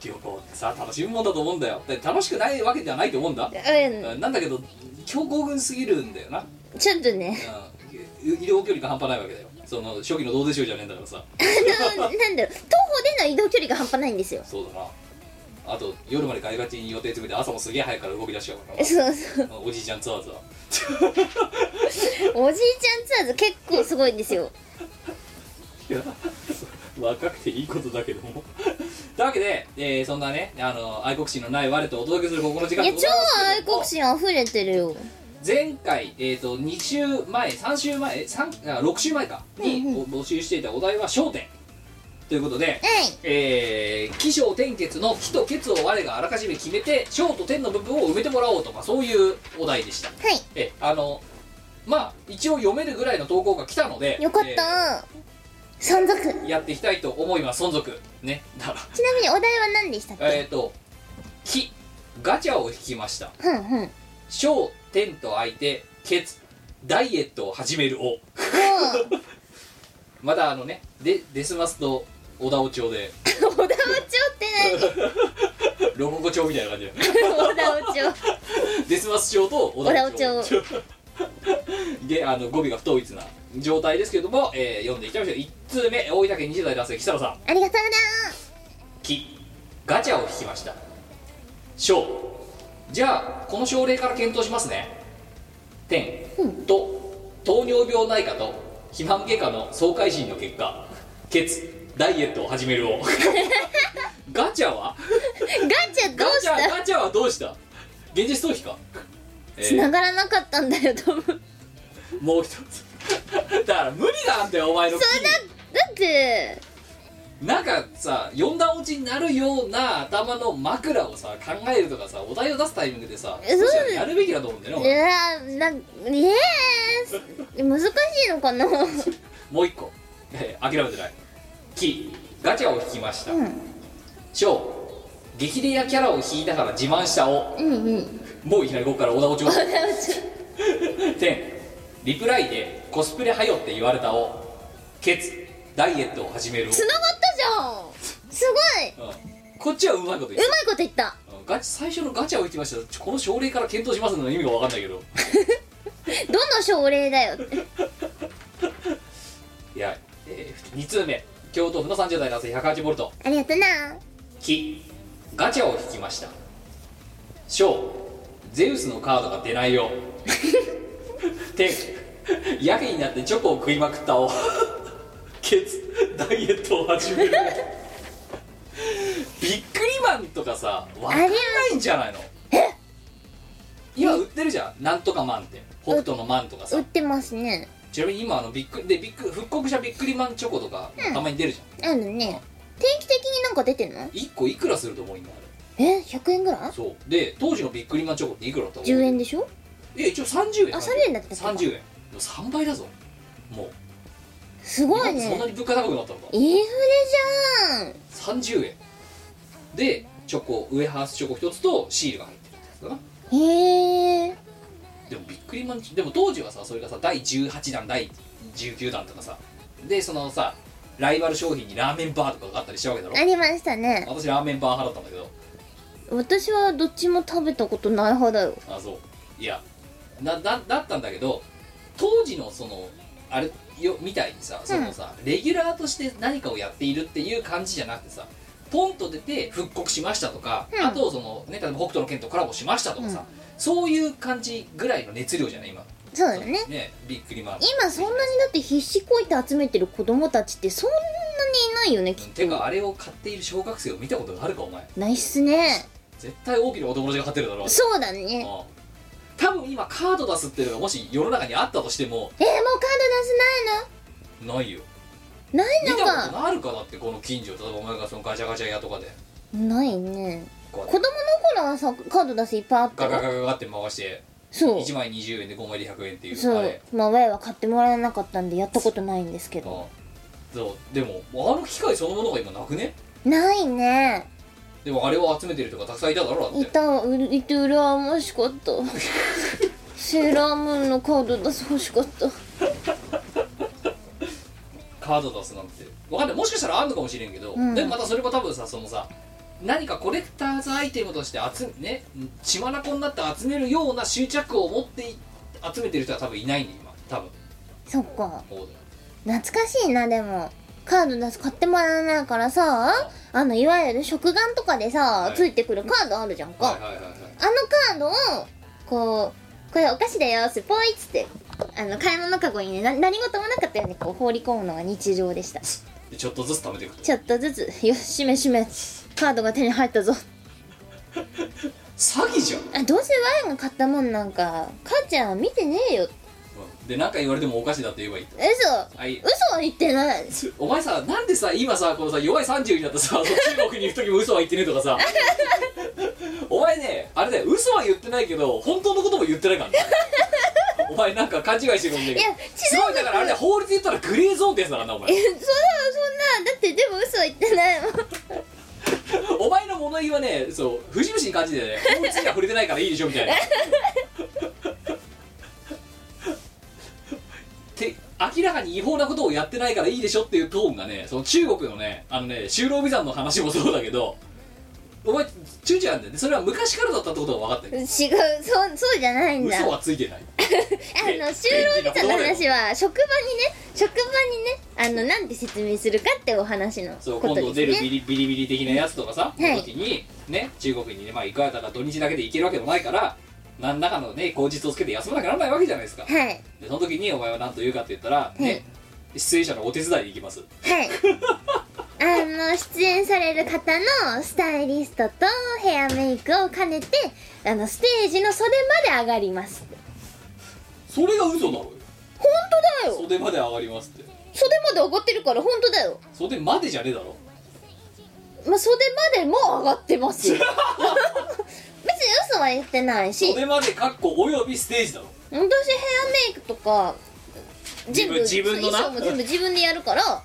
Speaker 1: 旅行ってさ楽しむもんだと思うんだよで楽しくないわけじゃないと思うんだ、
Speaker 2: う
Speaker 1: なんだけど強行軍すぎるんだよな、
Speaker 2: んちょっとね
Speaker 1: うん、移動距離が半端ないわけだよその初期のどうでしょうじゃねえんだからさ
Speaker 2: あのなんだろう徒歩での移動距離が半端ないんですよ
Speaker 1: そうだなあと夜までガイガチに予定詰めて朝もすげえ早くから動き出しちゃうから
Speaker 2: そうそう
Speaker 1: なおじいちゃんツアーズは
Speaker 2: おじいちゃんツアーズ結構すごいんですよ
Speaker 1: いや若くていいことだけどもというわけで、えーそんなねあの愛国心のない我とお届けするここの時
Speaker 2: い
Speaker 1: 間で
Speaker 2: や
Speaker 1: ご
Speaker 2: 超
Speaker 1: ざいますけ
Speaker 2: 愛
Speaker 1: ども
Speaker 2: 国心溢れてるよ
Speaker 1: 前回、えー、と2週前3週前三あ6週前かにお募集していたお題は「焦点」ということで、
Speaker 2: はい
Speaker 1: えー、起承転結の「起」と「結」を我があらかじめ決めて「小」と「点」の部分を埋めてもらおうとかそういうお題でした
Speaker 2: は
Speaker 1: えあのまあ一応読めるぐらいの投稿が来たので
Speaker 2: いよかっ
Speaker 1: え
Speaker 2: た存続
Speaker 1: ーやっていきたいと思います存続ねだか
Speaker 2: ちなみにお題は何でしたっ
Speaker 1: らえ
Speaker 2: け
Speaker 1: っ、と「起」ガチャを引きました
Speaker 2: ふんふんも
Speaker 1: 「小」「点」と空いて「結」ダイエットを始める「を」
Speaker 2: う
Speaker 1: まだあのねでデスマスと小田尾町で
Speaker 2: 小田尾町って
Speaker 1: ロココ町みたいな感じだよね
Speaker 2: 何小田尾町
Speaker 1: デスマス町と小田尾町
Speaker 2: 小田尾町
Speaker 1: であの語尾が不統一な状態ですけども、えー読んでいきましょう1通目大分県20代男性木更さん
Speaker 2: ありがとうな
Speaker 1: 木ガチャを引きました小じゃあこの症例から検討しますね点と糖尿病内科と肥満外科の総会診の結果血ダイエットを始める をガチャは
Speaker 2: ガチャど
Speaker 1: ガ
Speaker 2: うし
Speaker 1: チャ
Speaker 2: た
Speaker 1: ガチャはどうした現実逃避か、えー
Speaker 2: 繋がらなかったんだよ多分
Speaker 1: もう一つ だから無理なんだよお前の木
Speaker 2: だって
Speaker 1: なんかさ四段落ちになるような頭の枕をさ考えるとかさお題を出すタイミングでさ
Speaker 2: えそう
Speaker 1: むしろやるべきだと思うんだよ
Speaker 2: い
Speaker 1: ね
Speaker 2: やーなんイエー難しいのかな
Speaker 1: 俺もう一個えー諦めてない木ガチャを引きました
Speaker 2: ん
Speaker 1: 小、激レアキャラを引いたから自慢したを
Speaker 2: うんうん
Speaker 1: もういきなりここから小田落ちます天リプライでコスプレはよって言われたをケツダイエットを始めるを
Speaker 2: 繋がったじゃんすごい
Speaker 1: うんこっちはうまいこと言って
Speaker 2: うまいこと言った
Speaker 1: うんガチ最初のガチャを言ってましたちょこの症例から検討しますの意味が分かんないけど
Speaker 2: どの症例だよって
Speaker 1: いや、え2通目京都府の30代男性108ボルト
Speaker 2: ありがとうな
Speaker 1: 木ガチャを引きました小ゼウスのカードが出ないよ 天やけになってチョコを食いまくったをケツダイエットを始めるビックリマンとかさわかんないんじゃないの今売ってるじゃんなんとかマンって北斗のマンとかさ
Speaker 2: 売ってますね
Speaker 1: ちなみに今あのビックでビック復刻したビックリマンチョコとかたまに出るじゃ
Speaker 2: あるね定期的になんか出てんの
Speaker 1: ん、1個いくらすると思う今あれ
Speaker 2: え100円ぐらい
Speaker 1: そうで当時のビックリマンチョコっていくらだったの
Speaker 2: 10円でしょ
Speaker 1: いや一応30円
Speaker 2: あ30円だった
Speaker 1: 30円もう3倍だぞもう
Speaker 2: すごい
Speaker 1: そんな
Speaker 2: ね
Speaker 1: に物価高くなったのか
Speaker 2: インフレじゃん
Speaker 1: 30円でチョコウエハースチョコ1つとシールが入ってるやつだな
Speaker 2: へえ
Speaker 1: でもビックリマンチでも当時はさそれがさ第18弾第19弾とかさでそのさライバル商品にラーメンバーとかがあったりしたわけだろ
Speaker 2: ありましたね
Speaker 1: 私ラーメンバー派だったんだけど
Speaker 2: 私はどっちも食べたことない派だよ
Speaker 1: あそういやなだだったんだけど当時のそのあれよみたいにさそのさ、レギュラーとして何かをやっているっていう感じじゃなくてさポンと出て復刻しましたとか、
Speaker 2: うん
Speaker 1: あとその、ね、例えば北斗の拳とコラボしましたとかさ、そういう感じぐらいの熱量じゃない今
Speaker 2: そうだね
Speaker 1: ビックリマン
Speaker 2: 今そんなにだって必死こいて集めてる子供たちってそんなにいないよねきってと
Speaker 1: かあれを買っている小学生を見たことがあるかお前
Speaker 2: ないっすね
Speaker 1: 絶対大きなお友達が買ってるだろう
Speaker 2: そうだね
Speaker 1: ん多分今カード出すっていうのがもし世の中にあったとしても
Speaker 2: えー、もうカー
Speaker 1: ないよ
Speaker 2: ド出せない
Speaker 1: 見
Speaker 2: の
Speaker 1: た
Speaker 2: ない
Speaker 1: ことあるかだってこの近所例えばお前がそのガチャガチャ屋とかで
Speaker 2: のかないね
Speaker 1: こうやっ
Speaker 2: 子供
Speaker 1: て
Speaker 2: の頃はさカード出すいっぱいあった
Speaker 1: ガガ
Speaker 2: よ
Speaker 1: ガガガって回して
Speaker 2: そう
Speaker 1: 1枚20円で5枚で100円っていう
Speaker 2: そ
Speaker 1: あ
Speaker 2: う
Speaker 1: れ
Speaker 2: まあワイは買ってもらえなかったんでやったことないんですけど
Speaker 1: あそうでもあの機械そのものが今なくね
Speaker 2: ないね
Speaker 1: でもあれを集めてるとかたくさんいただろだっ
Speaker 2: い
Speaker 1: て
Speaker 2: たわういてうらやましかった セーラームーンのカード出してほしかった
Speaker 1: カード出すなんてわかんないもしかしたらあんのかもしれんけど、
Speaker 2: ん
Speaker 1: でもまたそれも多分さそのさ何かコレクターズアイテムとして集めね血眼になって集めるような執着を持ってい集めてる人は多分いないね今多分
Speaker 2: そっか
Speaker 1: こう
Speaker 2: 懐かしいなでもカード出す買ってもらえないからさあのいわゆる食玩とかでさ、
Speaker 1: はい
Speaker 2: ついてくるカードあるじゃんか、
Speaker 1: はいはいはいはい
Speaker 2: あのカードをこう「これお菓子だよ」ってポイっつってあの買い物かごにねな何事もなかったようにこう放り込むのが日常でしたち
Speaker 1: でちょっとずつ貯めていくと
Speaker 2: ょっとずつ「よししめしめ」カードが手に入ったぞ
Speaker 1: 詐欺じゃん、
Speaker 2: あどうせワイが買ったもんなんか母ちゃんは見てねえよ
Speaker 1: で何か言われてもおかしいだって言えばいいと
Speaker 2: 嘘
Speaker 1: はい
Speaker 2: 嘘は言ってない
Speaker 1: お前さなんでさ今さこのさ弱い30になったさその中国に行く時も嘘は言ってねえとかさお前ねあれだよ嘘は言ってないけど本当のことも言ってないからねお前なんか勘違いしてるかもしれない
Speaker 2: い
Speaker 1: け
Speaker 2: や
Speaker 1: ど
Speaker 2: 違う
Speaker 1: すごいだからあれだよ法律で言ったらグレーゾーンってやつだからなお前
Speaker 2: えそんなそんなだってでも嘘は言ってないもん
Speaker 1: お前の物言いはねそう節々に感じてね法律には触れてないからいいでしょみたいな て明らかに違法なことをやってないからいいでしょっていうトーンがねその中国のねあのね就労ビザの話もそうだけどお前中止なんだよねそれは昔からだったってことが分かってる
Speaker 2: 違うそうそうじゃないんだ
Speaker 1: 嘘はついてない
Speaker 2: あの就労ビザの話は職場にね職場にねあのなんて説明するかってお話の
Speaker 1: そう
Speaker 2: こ
Speaker 1: 今
Speaker 2: と
Speaker 1: 度出
Speaker 2: で
Speaker 1: る
Speaker 2: す
Speaker 1: ビ
Speaker 2: ね
Speaker 1: リビリビリ的なやつとかさ、
Speaker 2: はい
Speaker 1: の時にね中国にねまあ行くやだから土日だけで行けるわけでもないから何らかのね口実をつけて休まなきゃならないわけじゃないですか
Speaker 2: はい
Speaker 1: でその時にお前は何と言うかって言ったら、ね出演者のお手伝いに行きます
Speaker 2: はいあの出演される方のスタイリストとヘアメイクを兼ねてあのステージの袖まで上がります
Speaker 1: それが嘘だろよ
Speaker 2: 本当だよ
Speaker 1: 袖まで上がりますって
Speaker 2: 袖まで上がってるから本当だよ
Speaker 1: 袖までじゃねえだろ
Speaker 2: まあ、袖までも上がっ てますよ別に嘘は言ってないし
Speaker 1: 袖までかっこおよびステージだろ
Speaker 2: 私ヘアメイクとか全部
Speaker 1: 自分自分のな
Speaker 2: 衣装も全部自分でやるから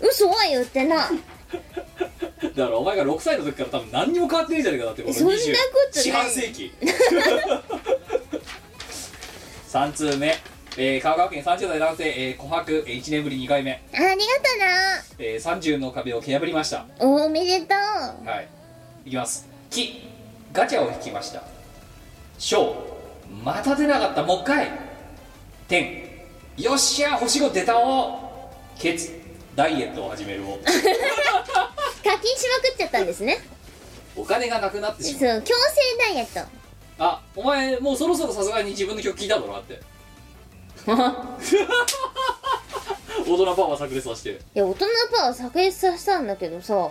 Speaker 2: 嘘は言ってない
Speaker 1: だからお前が6歳の時から多分何にも変わってねえじゃねえかだってこの
Speaker 2: そんな
Speaker 1: 20
Speaker 2: ことない
Speaker 1: 四半世 紀3通目、えー、香川県30代男性、えー、琥珀、えー、1年ぶり2回目、
Speaker 2: ありがとな
Speaker 1: えー、30の壁を蹴破りました
Speaker 2: おめでとう
Speaker 1: はいいきます「き」ガチャを引きました「しょう」また出なかったもう一回「てん」よっしゃ星5出たおケツダイエットを始めるを
Speaker 2: 課金しまくっちゃったんですね
Speaker 1: お金がなくなって
Speaker 2: そう
Speaker 1: し
Speaker 2: 強
Speaker 1: まう
Speaker 2: 制ダイエット
Speaker 1: あお前もうそろそろさすがに自分の曲聞いただろだ って大人パワー炸裂させて
Speaker 2: いや大人のパワー炸裂させたんだけどさ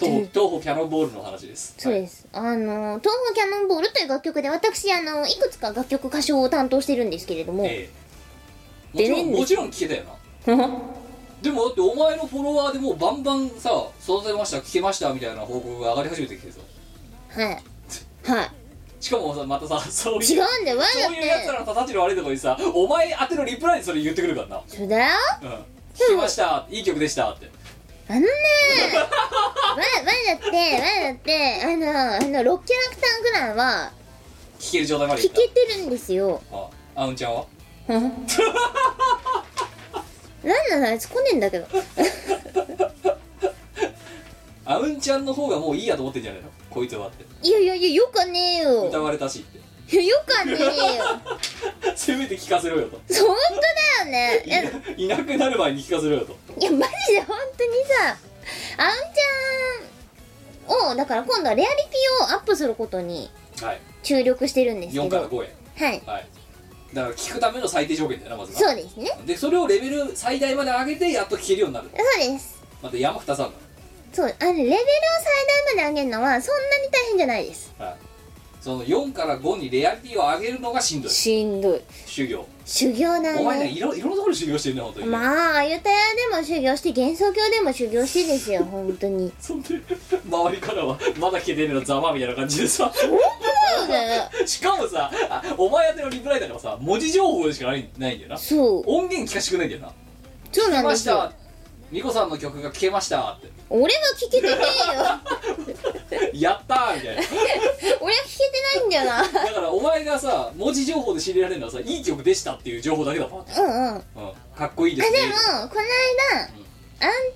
Speaker 1: 東東方キャノンボールの話です
Speaker 2: そう
Speaker 1: はい
Speaker 2: です、あの東方キャノンボールという楽曲で私あのいくつか楽曲歌唱を担当してるんですけれども、
Speaker 1: ええもちろ
Speaker 2: 出ねえん
Speaker 1: ん
Speaker 2: です
Speaker 1: もちろん聞けたよな でもだってお前のフォロワーでもうバンバンさ育てました聞けましたみたいな報告が上がり始めてきてさ
Speaker 2: はいはい
Speaker 1: しかもさまたさそういう
Speaker 2: 違うんだよわざ
Speaker 1: そういうやつらのたたちの悪いとこにさお前宛てのリプライにそれ言ってくるからな
Speaker 2: そうだよ
Speaker 1: うん聞きましたいい曲でしたって
Speaker 2: あのねわわだってわだってあのあの6キャラクターぐらいは
Speaker 1: 聞ける状態までい
Speaker 2: 聞
Speaker 1: った
Speaker 2: けてるんですよ
Speaker 1: ああうんちゃんは
Speaker 2: なんなのあいつ来ねえんだけど
Speaker 1: あうんちゃんの方がもういいやと思ってんじゃないのこいつはって
Speaker 2: いやいやいやよかねえよ
Speaker 1: 歌われたしって
Speaker 2: いやよかねえよ
Speaker 1: せめて聞かせろよと
Speaker 2: そう本当だよねいやい
Speaker 1: いなくなる前に聞かせろよと
Speaker 2: やマジで本当にさあんちゃんをだから今度はレアリピをアップすることに
Speaker 1: はい
Speaker 2: 注力してるんですけ
Speaker 1: 4から
Speaker 2: ど
Speaker 1: 5へ
Speaker 2: はい
Speaker 1: はいだから聞くための最低条件だよなまずな
Speaker 2: そうですね
Speaker 1: でそれをレベル最大まで上げてやっと聞けるようになる
Speaker 2: そうです
Speaker 1: また山二さん
Speaker 2: そうあのレベルを最大まで上げるのはそんなに大変じゃないです
Speaker 1: だ、はい、その4から5にレアリティを上げるのがしんどい
Speaker 2: しんどい
Speaker 1: 修行
Speaker 2: 修行だ
Speaker 1: お前ね
Speaker 2: ね
Speaker 1: いろいろんなところで修行してるね本当にね、
Speaker 2: まああゆたやでも修行して幻想郷でも修行してですよ本当に
Speaker 1: そんで周りからはまだ聞けてるのざまあみたいな感じでさ
Speaker 2: そうだよ
Speaker 1: しかもさあお前宛てのリプライだからさ文字情報でしかないないんだよな
Speaker 2: そう
Speaker 1: 音源聞かしてくれないんだよ
Speaker 2: そう
Speaker 1: な聞
Speaker 2: なん
Speaker 1: けま
Speaker 2: で
Speaker 1: し
Speaker 2: すよ
Speaker 1: たミコさんの曲が聴けましたって
Speaker 2: 俺は聞けてねえよ
Speaker 1: やったーみたいな
Speaker 2: 俺は聞けてないんだよな
Speaker 1: だからお前がさ文字情報で知りられるのはさいい曲でしたっていう情報だけだもん、
Speaker 2: うんう
Speaker 1: う
Speaker 2: んあ
Speaker 1: ん、かっこいいで
Speaker 2: です
Speaker 1: ね
Speaker 2: もこの間あん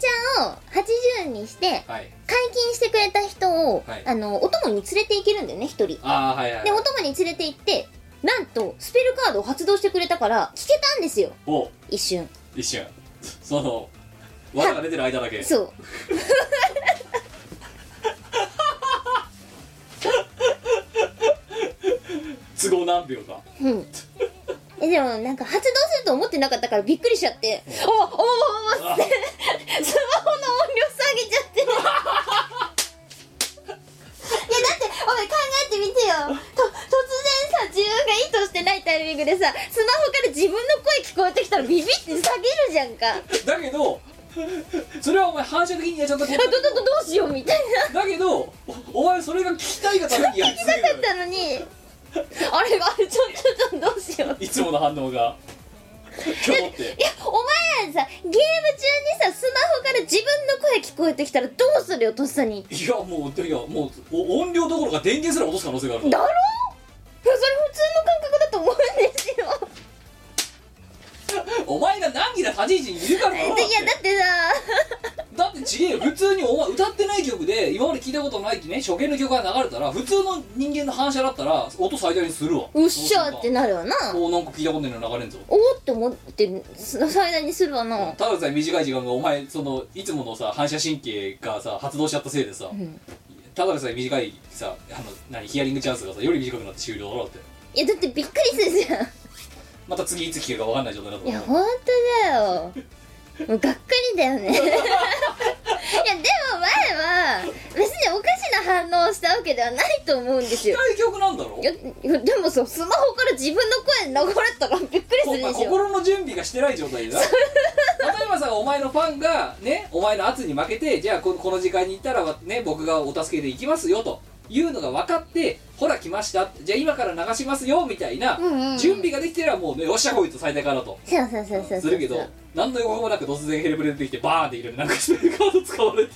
Speaker 2: ちゃんを80にして
Speaker 1: はい
Speaker 2: 解禁してくれた人を、
Speaker 1: はい
Speaker 2: あのお供に連れて行けるんだよね一人
Speaker 1: ああはいはい
Speaker 2: でお供に連れて行ってなんとスペルカードを発動してくれたから聞けたんですよ
Speaker 1: お
Speaker 2: 一瞬
Speaker 1: 一瞬 その技が出てる間だけ
Speaker 2: そう
Speaker 1: 都合何秒か
Speaker 2: うん。えでもなんか発動すると思ってなかったからびっくりしちゃって「おおおおおってスマホの音量下げちゃっていやだっておい考えてみてよと突然さ自分が意図してないタイミングでさスマホから自分の声聞こえてきたらビビって下げるじゃんかあ
Speaker 1: だけどそれはお前反射的にやっちゃったこと
Speaker 2: どどどどうしようみたい な
Speaker 1: だけどおお前それが聞きたいがためにやり続け
Speaker 2: な
Speaker 1: て
Speaker 2: かっ
Speaker 1: る
Speaker 2: たのにあれあれちょちょっとどうしよう
Speaker 1: いつもの反応が今日って
Speaker 2: いやお前らさゲーム中にさスマホから自分の声聞こえてきたらどうするよとっさに
Speaker 1: いやもういやもうお音量どころか電源すら落とす可能性がある
Speaker 2: だろいやそれ普通の感覚だと思うんですよ
Speaker 1: お前が何気な立ち位置にいるからだろ
Speaker 2: いやだってさ
Speaker 1: だって違えよ普通にお前歌ってない曲で今まで聞いたことないね初見の曲が流れたら普通の人間の反射だったら音最大にするわ
Speaker 2: うっしゃーってなるわな
Speaker 1: おなんか聞いたことないの流れんぞ
Speaker 2: おおって思ってそ最大にするわな
Speaker 1: ただでさえ短い時間がお前そのいつものさ反射神経がさ発動しちゃったせいでさ、
Speaker 2: ん
Speaker 1: ただでさえ短いさあの何ヒアリングチャンスがさより短くなって終了だろうって
Speaker 2: いやだってびっくりするじゃん
Speaker 1: また次いつ聞けるか分かんない状態だと
Speaker 2: い
Speaker 1: 思
Speaker 2: や
Speaker 1: う
Speaker 2: ほんとだよもうがっかりだよ ねいやでも前は別におかしな反応をしたわけではないと思うんですよ
Speaker 1: 短い曲なんだろ
Speaker 2: いやいやでもさスマホから自分の声流れたらびっくりする
Speaker 1: こ
Speaker 2: でしょ
Speaker 1: 心の準備がしてない状態でな例えばさお前のファンがねお前の圧に負けてじゃあここの時間に行ったらね僕がお助けで行きますよというのが分かってほら来ましたじゃあ今から流しますよみたいな、
Speaker 2: うんうんうん
Speaker 1: 準備ができてればもうねよっしゃこいつ最大かなと
Speaker 2: そうそうそうそうそう
Speaker 1: するけど何の予告もなく突然ヘルプで出てきてバーンっているなんかスペルカード使われて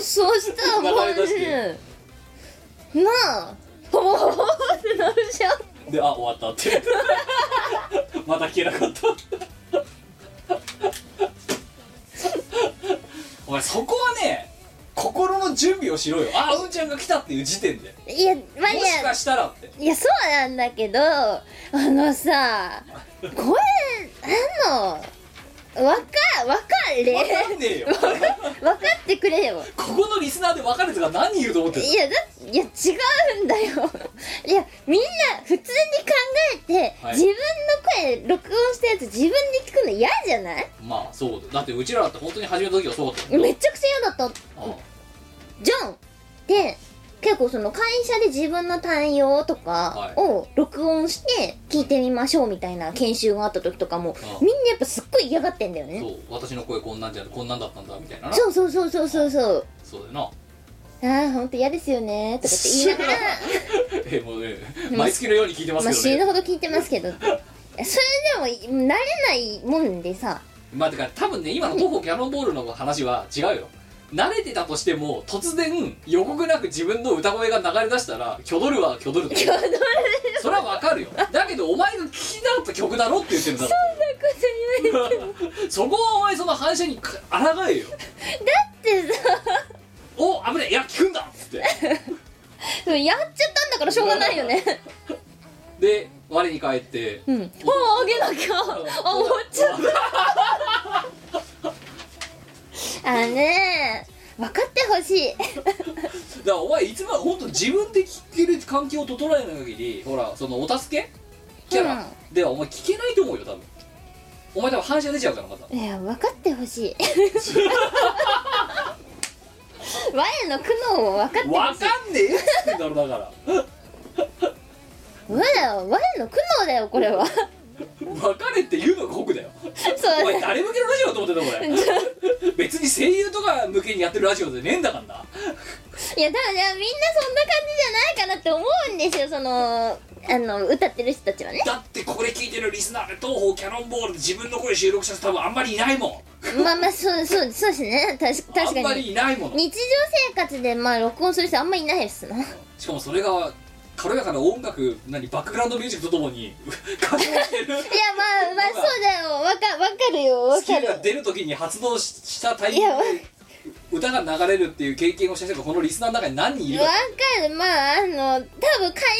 Speaker 2: そうしたらも
Speaker 1: 流れ出
Speaker 2: う
Speaker 1: して
Speaker 2: ねまあほぼほぼってなるじゃん
Speaker 1: であ終わったって また聞けなかった お前そこはね心の準備をしろよあうんちゃんが来たっていう時点で
Speaker 2: いやマ
Speaker 1: も
Speaker 2: リ
Speaker 1: し
Speaker 2: ア
Speaker 1: かしたらって
Speaker 2: いやそうなんだけどあのさ声あのわかわか れ
Speaker 1: 分かんねえよ
Speaker 2: わかってくれよ
Speaker 1: ここのリスナーで分かる人が何言うと思ってんの
Speaker 2: いやだいや違うんだよいやみんな普通に考えて、
Speaker 1: はい
Speaker 2: 自分の声録音したやつ自分で聞くの嫌じゃない
Speaker 1: まあそうだだってうちらだって本当に始めた時はそうだったもん
Speaker 2: めちゃくちゃ嫌だった
Speaker 1: あ
Speaker 2: じゃんで結構その会社で自分の対応とかを録音して聞いてみましょうみたいな研修があった時とかも
Speaker 1: ああ
Speaker 2: みんなやっぱすっごい嫌がってんだよ
Speaker 1: あそ
Speaker 2: ね
Speaker 1: う私の声こんなんじゃこんなんだったんだみたいなな
Speaker 2: そうそうそうそうそうそう
Speaker 1: そうだよな
Speaker 2: ああほんと嫌ですよねとかって言いながら
Speaker 1: えもうね毎月のように聞いてま
Speaker 2: まあ
Speaker 1: すけ
Speaker 2: 死
Speaker 1: ど
Speaker 2: ぬ
Speaker 1: ね
Speaker 2: ほど聞いてます けどそれでも慣れないもんでさ
Speaker 1: まあだから多分ね今の徒歩キャノンボールの話は違うよ慣れてたとしても突然予告なく自分の歌声が流れ出したらキョドルはキョドルだよそれはわかるよだけどお前が聴きなかった曲だろって言ってるんだろそこはお前その反射にか抗えよ
Speaker 2: でさ
Speaker 1: お危ねえいや聞くんだっつって
Speaker 2: やっちゃったんだからしょうがないよね
Speaker 1: で我に返って
Speaker 2: うんああげなきゃあ終わっちゃった あのね分かってほしい
Speaker 1: だからお前いつも本当自分で聞ける環境を整えない限りほらそのお助けキャラ、ではお前聞けないと思うよ多分お前多分反射出ちゃうからまた
Speaker 2: いや分かってほしい 我の苦悩を分かって
Speaker 1: わかんねえっつってんだろだから
Speaker 2: 我は我の苦悩だよこれは
Speaker 1: 別れって言うのが酷だよお
Speaker 2: そう
Speaker 1: 前誰向けのラジオだと思ってたこれ別に声優とか向けにやってるラジオじゃねえんだからない
Speaker 2: やだからみんなそんな感じじゃないかなって思うんですよそのあの歌ってる人たちはね
Speaker 1: だってこれ聞いてるリスナーで東方キャノンボールで自分の声収録した人多分あんまりいないもん
Speaker 2: まあまあそうそうそうですね確確
Speaker 1: あん
Speaker 2: か
Speaker 1: ま
Speaker 2: に
Speaker 1: りいないもの
Speaker 2: 日常生活でまあ録音する人あんまいないですな
Speaker 1: しかもそれが軽やかな音楽何バックグラウンドミュージックととも に歌唱してる
Speaker 2: いやまあまあそうだよわかわかるよわ
Speaker 1: スキ
Speaker 2: か
Speaker 1: ル
Speaker 2: る
Speaker 1: が出る時に発動ししたタイミングで歌が流れるっていう経験をした人がこのリスナーの中に何人いる
Speaker 2: わ
Speaker 1: か
Speaker 2: かるまああの多分会社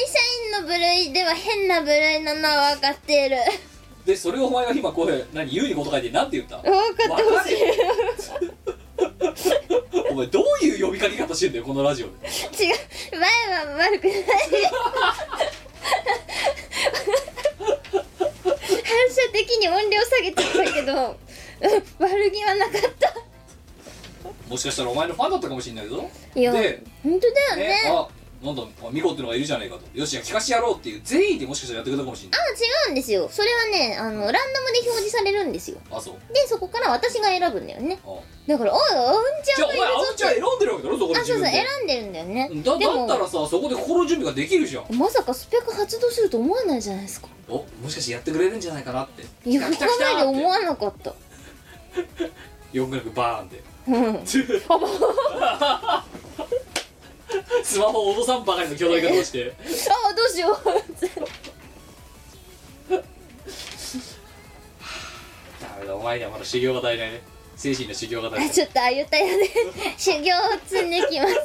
Speaker 2: 員の部類では変な部類なのは分かっている
Speaker 1: でそれをお前が今こう何優にこと書いて何て言った
Speaker 2: 分かってほしい
Speaker 1: お前どういう呼びかけ方してんだよこのラジオで
Speaker 2: 違う前は悪くない反射的に音量下げてたけどうん悪気はなかった
Speaker 1: もしかしたらお前のファンだったかもしれないぞ
Speaker 2: いや
Speaker 1: で
Speaker 2: 本当だよね
Speaker 1: ねあなんだあミコってのがいるじゃないかとよしじゃあ聞かしてやろうっていう善意でもしかしたらやってくれたかもしれない
Speaker 2: あ違うんですよそれはねあのランダムで表示されるんですよ
Speaker 1: あそう
Speaker 2: でそこから私が選ぶんだよね
Speaker 1: あ
Speaker 2: だから「おいあうんちゃ
Speaker 1: じゃあお
Speaker 2: んがい
Speaker 1: 前
Speaker 2: る
Speaker 1: あ
Speaker 2: ぞ」
Speaker 1: ん
Speaker 2: っ
Speaker 1: ちゃん
Speaker 2: て
Speaker 1: 選んでるわけだろそこ
Speaker 2: あ
Speaker 1: で
Speaker 2: そ
Speaker 1: 自
Speaker 2: うそう
Speaker 1: 分で
Speaker 2: 選んでるんだよね
Speaker 1: だ
Speaker 2: で
Speaker 1: だ
Speaker 2: も
Speaker 1: ったらさそこで心の準備ができるじゃん
Speaker 2: まさかスペック発動すると思わないじゃないですか
Speaker 1: おもしかしてやってくれるんじゃないかなって
Speaker 2: いやここまで思
Speaker 1: って
Speaker 2: わな かった
Speaker 1: よくなくバーンって
Speaker 2: うん
Speaker 1: スマホを脅さんばかりの挙動言い方をして
Speaker 2: あどうしよう
Speaker 1: ダメだお前にはまだ修行が足りないね精神の修行が足り
Speaker 2: あ
Speaker 1: ない
Speaker 2: ちょっとあゆたよ ね修行を積んできます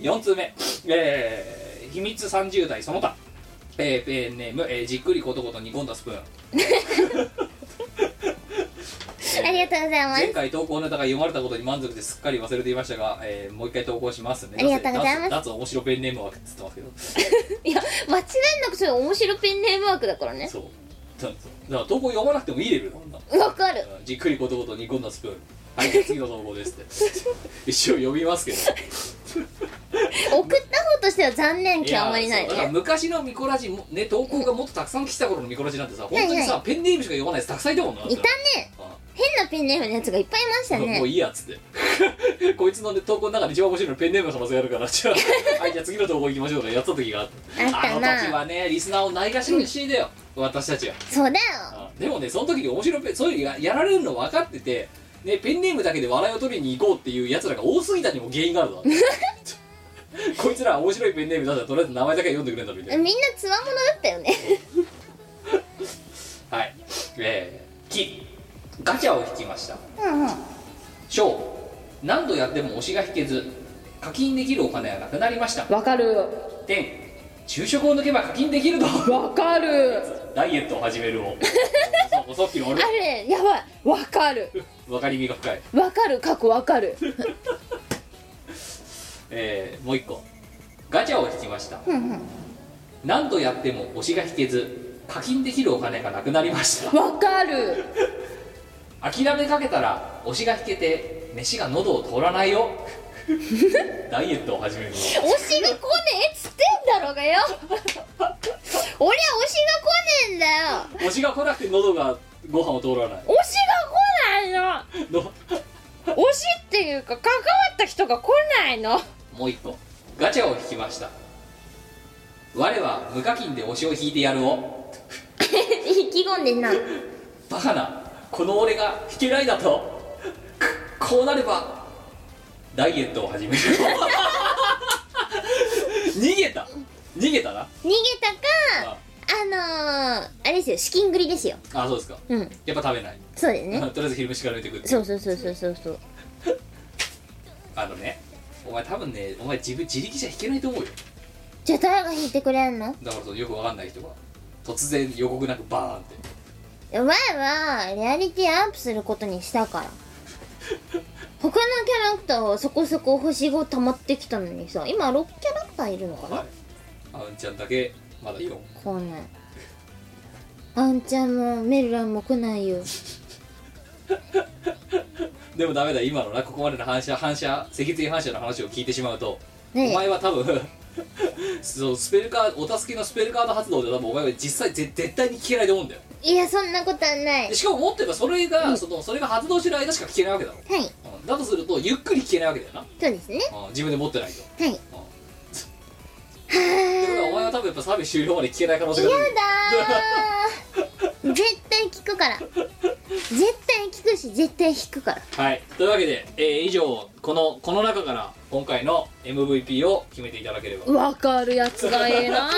Speaker 1: 4通目えー、秘密30代その他えー、ペンネーム、えーじっくりことこと煮込んだスプーン
Speaker 2: ありがとうございます
Speaker 1: 前回投稿ネタが読まれたことに満足ですっかり忘れていましたが、えーもう一回投稿しますね
Speaker 2: ありがとうございます
Speaker 1: 脱脱面白ペンネームはっつってますけど
Speaker 2: いや間違いなくそれ面白ペンネームワークだからね
Speaker 1: そうだだから投稿読まなくてもいいレベルなんだ
Speaker 2: わかる
Speaker 1: じっくりことこと煮込んだス プーンはいじゃあ次の投稿ですって一応読み ますけど
Speaker 2: 送った方としては残念
Speaker 1: い
Speaker 2: 極
Speaker 1: や
Speaker 2: まりない
Speaker 1: そうだから
Speaker 2: ね
Speaker 1: 昔のミコラジもね投稿がもっとたくさん来てた頃のミコラジなんてさ本当に
Speaker 2: はい
Speaker 1: さペンネームしか読まないやつたくさんいたもんない
Speaker 2: たね変なペンネームのやつがいっぱいいました
Speaker 1: もうい
Speaker 2: ね
Speaker 1: いやっつって こいつの、ね、投稿の中で一番面白いのペンネームの可能性があるからじゃ あはいじゃあ次の投稿行きましょうとかやった時があった
Speaker 2: あったな
Speaker 1: の時はねリスナーをないがしろにしていたよ、私たちは
Speaker 2: そうだよ
Speaker 1: あでもねその時に面白いペンそういうややられるの分かっててね、ペンネームだけで笑いを取りに行こうっていうやつらが多すぎたにも原因があるぞこいつらは面白いペンネームだったらとりあえず名前だけは読んでくれんだろみたいな
Speaker 2: みんなつわものだったよね
Speaker 1: はいえー、キガチャを引きました
Speaker 2: うんうん
Speaker 1: 小何度やっても推しが引けず課金できるお金はなくなりました
Speaker 3: わかる
Speaker 1: 点昼食を抜けば課金できると
Speaker 3: わかる
Speaker 1: ダイエットを始めるをそうさっきの俺
Speaker 3: あれやばいわかる
Speaker 1: 分かりみが深い、
Speaker 3: わかる過去わかる
Speaker 1: えー、もう一個ガチャを引きました何度やっても推しが引けず課金できるお金がなくなりました
Speaker 3: わかる
Speaker 1: 諦めかけたら推しが引けて飯が喉を通らないよ ダイエットを始めるの
Speaker 2: 推しが来ねえっつってんだろうがよ俺は推しが来ねえんだよ
Speaker 1: 推しが来なくて喉がご飯を通らない
Speaker 2: 推しが来ない
Speaker 1: の
Speaker 2: の推しっていうか関わった人が来ないの
Speaker 1: もう一個ガチャを引きました我は無課金で推しを引いてやるを
Speaker 2: 引き込んでんな
Speaker 1: バカなこの俺が引けないだとくこうなればダイエットを始める 逃げた逃げたな
Speaker 2: 逃げたか
Speaker 1: あ
Speaker 2: あのー、あれですよ資金繰りですよ
Speaker 1: あそうですか
Speaker 2: うん
Speaker 1: やっぱ食べない、
Speaker 2: そうです ね
Speaker 1: とりあえず昼飯から抜いてくる
Speaker 2: そうそうそうそうそうそう
Speaker 1: あのねお前多分ねお前自分自力じゃ引けないと思うよ
Speaker 2: じゃあ誰が引いてくれんの
Speaker 1: だからそのよくわかんない人が突然予告なくバーンって
Speaker 2: 前はレアリティアップすることにしたから他のキャラクターはそこそこ星5溜まってきたのにさ今6キャラクターいるのかな
Speaker 1: はいあうんちゃんだけまだ4
Speaker 2: 来ないあんちゃんもメルランも来ないよ
Speaker 1: でもダメだ今のなここまでの反射反射脊椎反射の話を聞いてしまうと、
Speaker 2: ね
Speaker 1: お
Speaker 2: え
Speaker 1: 前は多分 そうスペルカードお助けのスペルカード発動で多分お前は実際ぜ絶対に聞けないと思うんだよ
Speaker 2: いやそんなことはないは
Speaker 1: で
Speaker 2: い
Speaker 1: しかも持ってばそれが、そのそれが発動してる間しか聞けないわけだろ、うんだとするとゆっくり聞けないわけだよな、
Speaker 2: そうですね
Speaker 1: うん自分で持ってないと
Speaker 2: はい
Speaker 1: ってことはお前は多分やっぱサービス終了まで聞けない可能性がある
Speaker 2: やだー絶対聞くから絶対聞くし絶対弾くから
Speaker 1: はいというわけで、えー以上このこの中から今回の MVP を決めていただければう
Speaker 3: わかるやつがええな
Speaker 2: あ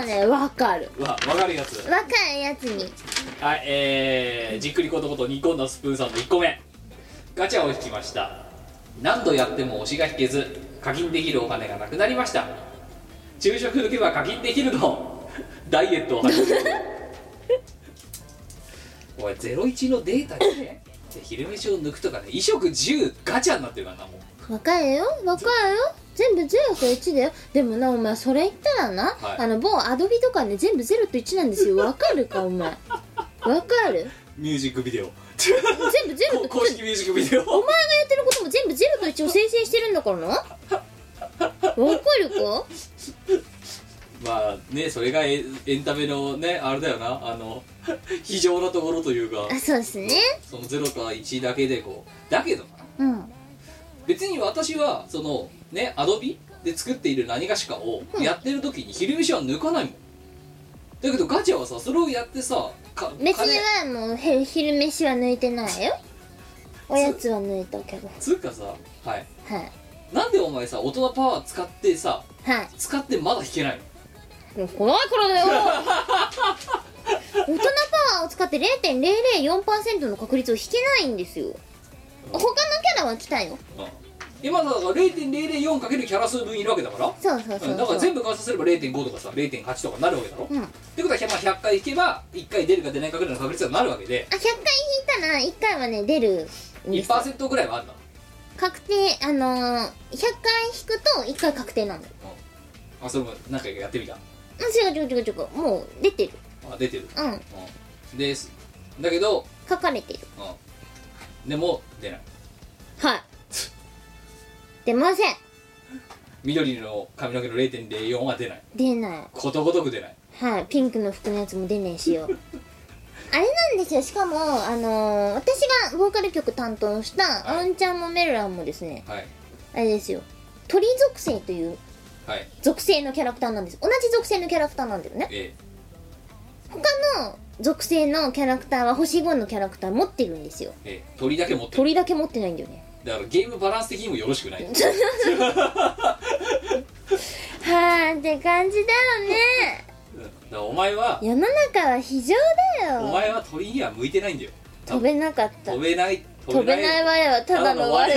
Speaker 2: のねわかる
Speaker 1: わ分かるやつ
Speaker 2: わかるやつに
Speaker 1: はいえー、じっくりことこと煮込んだスプーンさんの1個目ガチャを引きました何度やっても推しが引けず課金できるお金がなくなりました昼食抜けば課金できるのダイエットを始めるおい01のデータでねで昼飯を抜くとかね衣食10ガチャになってるからなもう
Speaker 2: わかるよわかるよ全部0と1だよでもなお前それ言ったらな、
Speaker 1: はい
Speaker 2: あの某アドビとかね全部0と1なんですよわかるかお前わかる
Speaker 1: ミュージックビデオ
Speaker 2: 全部0と
Speaker 1: こ公式ミュージックビデ
Speaker 2: お
Speaker 1: オ
Speaker 2: 前がやってることも全部0と1を生成してるんだからなわかるか
Speaker 1: まあねそれがエエンタメのねあれだよなあの非常なところというか
Speaker 2: あそうですね
Speaker 1: その0か1だけでこうだけどな
Speaker 2: うん
Speaker 1: 別に私はそのねアドビで作っている何がしかをやってる時に昼飯は抜かないもんだけどガチャはさそれをやってさか
Speaker 2: 別
Speaker 1: 金
Speaker 2: にはもうへ昼飯は抜いてないよおやつは抜いたけど
Speaker 1: つうかさはい
Speaker 2: はい
Speaker 1: なんでお前さ大人パワー使ってさ
Speaker 2: はい
Speaker 1: 使ってまだ引けないの
Speaker 2: もう来ないからだよ大人パワーを使って0.004%の確率を引けないんですよ他のキャラは来たよ
Speaker 1: うん今だから 0.004× キャラ数分いるわけだから
Speaker 2: そうそう
Speaker 1: う
Speaker 2: そ
Speaker 1: んだから
Speaker 2: うそう
Speaker 1: 全部換算すれば0.5とかさ0.8とかなるわけだろ、
Speaker 2: うん
Speaker 1: ってことは、まあ、100回引けば1回出るか出ないかぐらいの確率になるわけで
Speaker 2: あ100回引いたら1回はね出るんですよ
Speaker 1: 1%ぐらいはあるんだ
Speaker 2: 確定あのー、100回引くと1回確定なんだよ
Speaker 1: あそれも何回かやってみた
Speaker 2: うん違う違う違う違うもう出てる
Speaker 1: あ出てる、
Speaker 2: うん
Speaker 1: うん、ですだけど、
Speaker 2: 書かれてる
Speaker 1: うん、でも出ない
Speaker 2: はい出ません
Speaker 1: 緑の髪の毛の0.04は出ない
Speaker 2: 出ない
Speaker 1: ことごとく出ない
Speaker 2: はい、ピンクの服のやつも出ねえしよ あれなんですよしかもあのー私がボーカル曲担当した
Speaker 1: はい
Speaker 2: あんちゃんもメルランもですね
Speaker 1: はい
Speaker 2: あれですよ鳥属性という
Speaker 1: はい
Speaker 2: 属性のキャラクターなんです同じ属性のキャラクターなんだよね
Speaker 1: え
Speaker 2: 他の属性のキャラクターは星5のキャラクター持ってるんですよ
Speaker 1: えええ鳥だけ持ってる
Speaker 2: 鳥だけ持ってないんだよね
Speaker 1: だからゲームバランス的にもよろしくない
Speaker 2: はあって感じだよね
Speaker 1: うんだからお前は
Speaker 2: 世の中は非常だ
Speaker 1: お
Speaker 2: よ
Speaker 1: 前は鳥には向いてないんだよ
Speaker 2: 飛べなかった
Speaker 1: 飛べない
Speaker 2: 飛べない我はただの我だ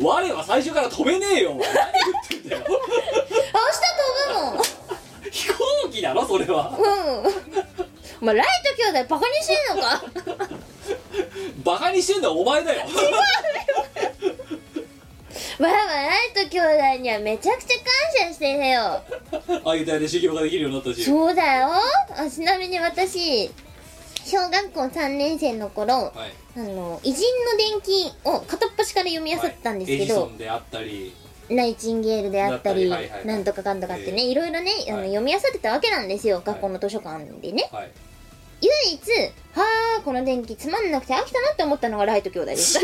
Speaker 1: 我は最初から飛べねえよお前何言ってんだよ
Speaker 2: 明日
Speaker 1: 飛行機だろそれは
Speaker 2: 飛ぶもんうんお前ライト兄弟バカにしてんのか
Speaker 1: バカにしてんのはお前だよ
Speaker 2: わあわあライト兄弟にはめちゃくちゃ感謝してるよ
Speaker 1: ああいう体で修行ができるようになったし
Speaker 2: そうだよあちなみに私小学校3年生の頃
Speaker 1: はい
Speaker 2: あの偉人の伝記を片っ端から読み漁ってたんですけ
Speaker 1: エジソ
Speaker 2: ど、
Speaker 1: ンであったり
Speaker 2: ナイチンゲールであったり
Speaker 1: だったりはいはいはい
Speaker 2: なんとかかんとかってね、
Speaker 1: ええ
Speaker 2: いろいろねあの、
Speaker 1: はい
Speaker 2: 読み漁ってたわけなんですよ学校の図書館でね、
Speaker 1: はい
Speaker 2: 唯一はあこの伝記つまんなくて飽きたなって思ったのがライト兄弟でし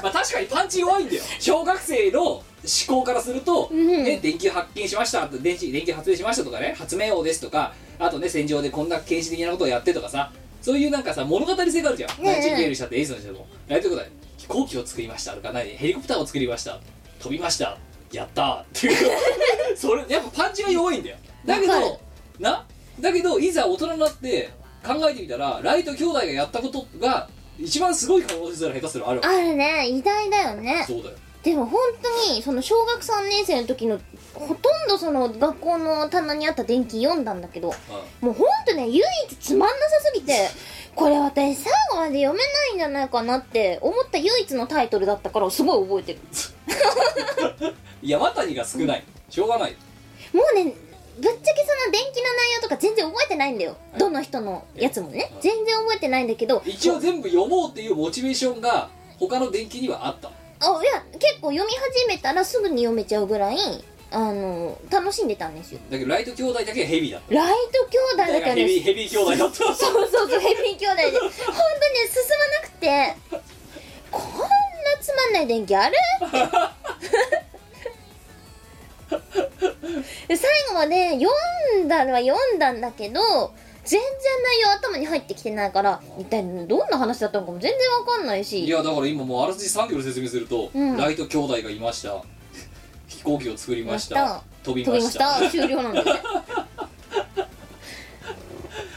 Speaker 1: まあ確かにパンチ弱いんだよ小学生の思考からすると、
Speaker 2: うん
Speaker 1: ね、電球発見しました電子電球発明しましたとかね発明王ですとかあとね戦場でこんな原始的なことをやってとかさそういうなんかさ物語性があるじゃん、
Speaker 2: ねえ
Speaker 1: ナイチンゲールしたってエイスの人もライトことだ飛行機を作りましたとか何ヘリコプターを作りました飛びましたやったーっていうそれやっぱパンチが弱いんだよだけ
Speaker 2: わ
Speaker 1: どなだけどいざ大人になって考えてみたらライト兄弟がやったことが一番すごい可能性すら下手すらあるわ
Speaker 2: あるね偉大だよね
Speaker 1: そうだよ
Speaker 2: でも本当にその小学3年生の時のほとんどその学校の棚にあった電気読んだんだけど
Speaker 1: う
Speaker 2: もうほんとね唯一つまんなさすぎてこれ私最後まで読めないんじゃないかなって思った唯一のタイトルだったからすごい覚えてる
Speaker 1: ん山谷が少ないしょうがない
Speaker 2: もうねぶっちゃけその電気の内容とか全然覚えてないんだよ
Speaker 1: はい
Speaker 2: どの人のやつもね
Speaker 1: はい
Speaker 2: 全然覚えてないんだけど
Speaker 1: 一応全部読もうっていうモチベーションが他の電気にはあった
Speaker 2: あいや結構読み始めたらすぐに読めちゃうぐらいあの楽しんでたんですよ
Speaker 1: だけどライト兄弟だけヘビーだっ
Speaker 2: ライト兄弟だ
Speaker 1: ただ
Speaker 2: か
Speaker 1: から
Speaker 2: ら
Speaker 1: ヘビー
Speaker 2: ね
Speaker 1: ヘビー兄弟だった
Speaker 2: そうそうそうヘビー兄弟で本当にね進まなくてこんなつまんない電気あるってで最後まで読んだのは読んだんだけど全然内容頭に入ってきてないから一体どんな話だったのかも全然わかんないし
Speaker 1: いやだから今もうあらすじ3行で説明すると、
Speaker 2: うん
Speaker 1: ライト兄弟がいました飛行機を作りました
Speaker 2: やった
Speaker 1: 飛び
Speaker 2: 飛
Speaker 1: ま
Speaker 2: びま
Speaker 1: し
Speaker 2: したた終了なんだね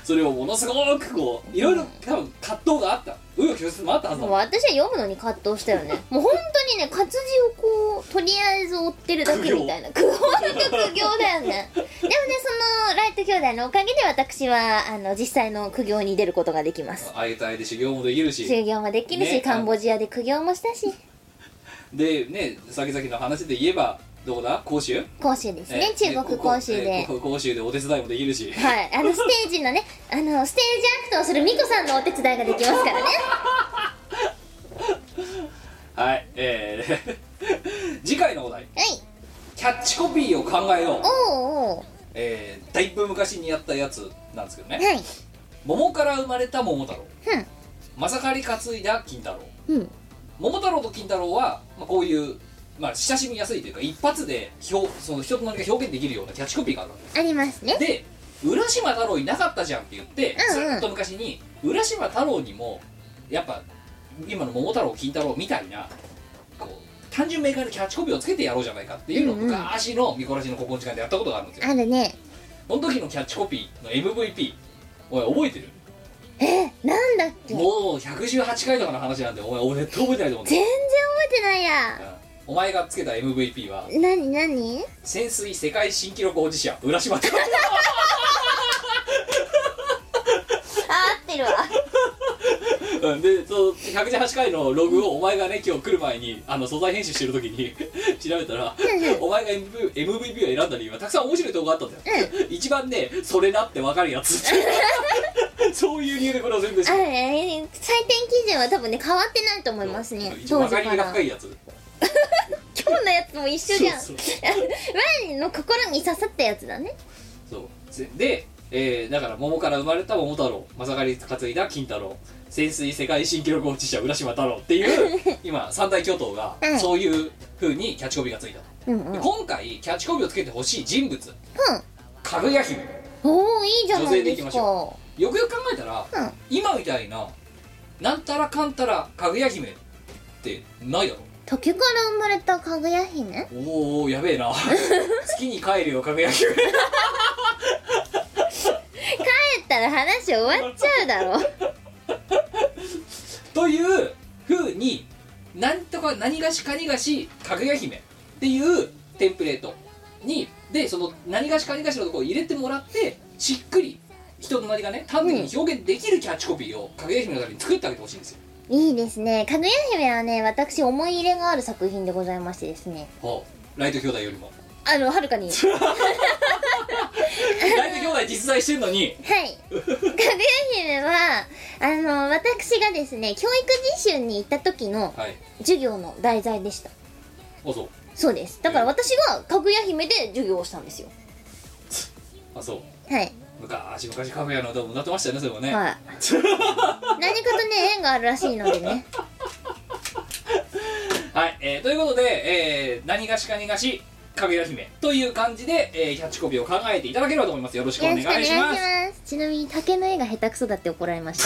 Speaker 1: それをものすごくこういろいろ多分葛藤があった紆余曲折もあったはず
Speaker 2: も
Speaker 1: だ
Speaker 2: う私は読むのに葛藤したよね もう本当にね活字をこうとりあえず追ってるだけみたいな苦行本当苦行だよねでもねそのライト兄弟のおかげで私はあの実際の苦行に出ることができます
Speaker 1: ああいう体で修行もできるし
Speaker 2: 修行もできるし、
Speaker 1: ね
Speaker 2: カンボジアで苦行もしたし
Speaker 1: でね先々の話で言えばどこだ甲州
Speaker 2: 講習ですね
Speaker 1: え
Speaker 2: 中国講習
Speaker 1: え
Speaker 2: で
Speaker 1: ここ甲州でお手伝いもできるし
Speaker 2: はいあのステージのねあのステージアクトをするミコさんのお手伝いができますからね
Speaker 1: はいえー 次回のお題
Speaker 2: はい
Speaker 1: キャッチコピーを考えよう、
Speaker 2: おーおー
Speaker 1: えーだいぶ昔にやったやつなんですけどね
Speaker 2: はい
Speaker 1: 桃から生まれた桃太郎
Speaker 2: うん
Speaker 1: まさかり担いだ金太郎
Speaker 2: うん
Speaker 1: 桃太郎と金太郎は、まあ、こういう、まあ、親しみやすいというか一発で表その人と何か表現できるようなキャッチコピーがあるわけ
Speaker 2: ありますね
Speaker 1: で浦島太郎いなかったじゃんって言って、
Speaker 2: うんうん
Speaker 1: ずっと昔に浦島太郎にもやっぱ今の桃太郎金太郎みたいなこう単純明快なキャッチコピーをつけてやろうじゃないかっていうのを
Speaker 2: うんうん
Speaker 1: 昔の見こらしのここの時間でやったことがあるんですよ、
Speaker 2: あるね
Speaker 1: その時のキャッチコピーの MVP おい覚えてる
Speaker 2: えなんだっけ
Speaker 1: もう118回とかの話なんでお前俺絶対覚えてないと思うんだよ
Speaker 2: 全然覚えてないや
Speaker 1: うんお前がつけた MVP は
Speaker 2: なになに
Speaker 1: 潜水世界新記録保持者浦島太 郎
Speaker 2: あ合ってるわ
Speaker 1: うんでその118回のログをお前がね今日来る前にあの素材編集してる時に 調べたらお前が MV MVP を選んだ理由はたくさん面白い動画あったんだよ、一番ねそれなって分かるや つそういう理由でこれを全部
Speaker 2: あれ採点基準は多分ね変わってないと思いますね
Speaker 1: 一番分
Speaker 2: 当時
Speaker 1: かり
Speaker 2: か
Speaker 1: が
Speaker 2: ら
Speaker 1: 深いやつ
Speaker 2: 今日のやつも一緒じゃん
Speaker 1: そう
Speaker 2: 前の心に刺さったやつだね
Speaker 1: そうで、えーだから桃から生まれた桃太郎まさかり担いだ金太郎潜水世界新記録保持者浦島太郎っていう 今三大巨頭が
Speaker 2: うん
Speaker 1: そういうふうにキャッチコピーがついた、
Speaker 2: うんう
Speaker 1: で
Speaker 2: ん
Speaker 1: 今回キャッチコピーをつけてほしい人物かぐや姫
Speaker 2: おおいいじゃないで
Speaker 1: 女性でい
Speaker 2: す
Speaker 1: き
Speaker 2: か
Speaker 1: ましょよくよく考えたら、
Speaker 2: うん
Speaker 1: 今みたいななんたらかんたらかぐや姫ってないだろ
Speaker 2: 時から生まれたかぐや姫
Speaker 1: おーおーやべえ な月に帰るよかぐや姫
Speaker 2: 帰ったら話終わっちゃう だろ
Speaker 1: というふうになんとか何がしかにがしかぐや姫っていうテンプレートにでその何がしかにがしのところを入れてもらってしっくり人となりがね端的に表現できるキャッチコピーをかぐや姫のために作ってあげてほしいんですよ、
Speaker 2: いいですねかぐや姫はね私思い入れがある作品でございましてですね
Speaker 1: ほうライト兄弟よりも
Speaker 2: あのはるかには
Speaker 1: ライト兄弟実在してるのに
Speaker 2: いかぐや姫はあの私がですね教育実習に行った時の
Speaker 1: はい
Speaker 2: 授業の題材でした
Speaker 1: あそう
Speaker 2: そうですだから私がかぐや姫で授業をしたんですよ
Speaker 1: あそう
Speaker 2: はい
Speaker 1: 昔昔かぐやの歌も歌ってましたよねそれもね、
Speaker 2: はい 何かとね縁があるらしいのでね
Speaker 1: はい、えーということで、えー何がしかにがし、かぐや姫という感じで、えーキャッチコピーを考えていただければと思います。よろしくお
Speaker 2: よ
Speaker 1: 願
Speaker 2: ろ
Speaker 1: い
Speaker 2: し
Speaker 1: し
Speaker 2: くお願
Speaker 1: ま
Speaker 2: い
Speaker 1: す。
Speaker 2: しますちなみに竹の絵が下手くそだって怒られました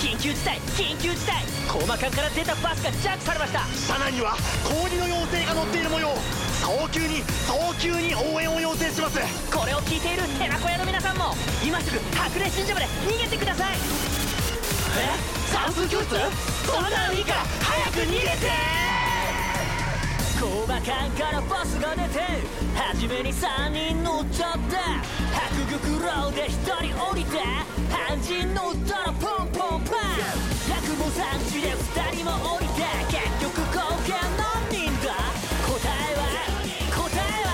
Speaker 7: 緊急事態緊急事態コマ館から出たバスがジャックされました
Speaker 8: 車内には氷の妖精が乗っている模様早急に早急に応援を要請します
Speaker 7: これを聞いている寺子屋の皆さんも今すぐ隠れ神社まで逃げてくださいえ算数教室そんなのいいから早く逃げてコマ館からバスが出て初めに3人乗っちゃって白玉ローで1人降りて肝心乗ったらポンポンパン百も三地で2人も降りて結局合計何人だ答えは答えは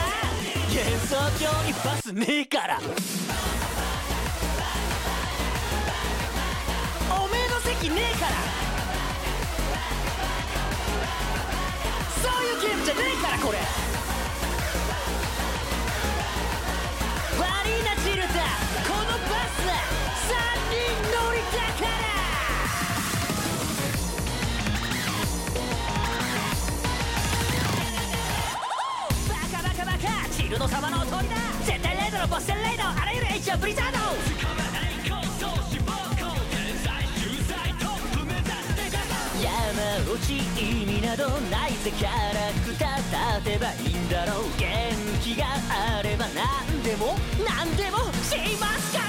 Speaker 7: 幻想郷にバスねえからきねえからそういうゲームじゃねえからこれ悪いなジルダこのバス3人乗りだからバカバカバカチルノ様のお通りだ絶対レイドのボス戦レイドあらゆる H をブリザード山落ち意味などないぜキャラクター立てばいいんだろう元気があれば何でも何でもしますから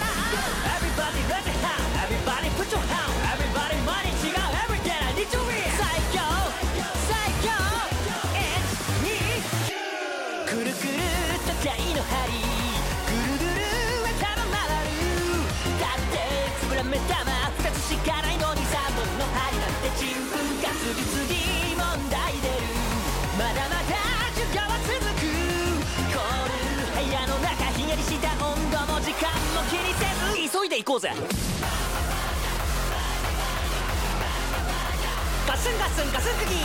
Speaker 7: Everybody let it out Everybody put your hand Everybody 毎日が Everyday I need to win 最強最強 It's me くるくると体の針ぐるぐる頭回るだってつぶら目玉二つしかないのに三本の針なんてちんぷんか次々問題出るまだまだ授業は続く凍る部屋の中ひんやりした温度も時間も気にせず急いで行こうぜガスンガスンガスンクギー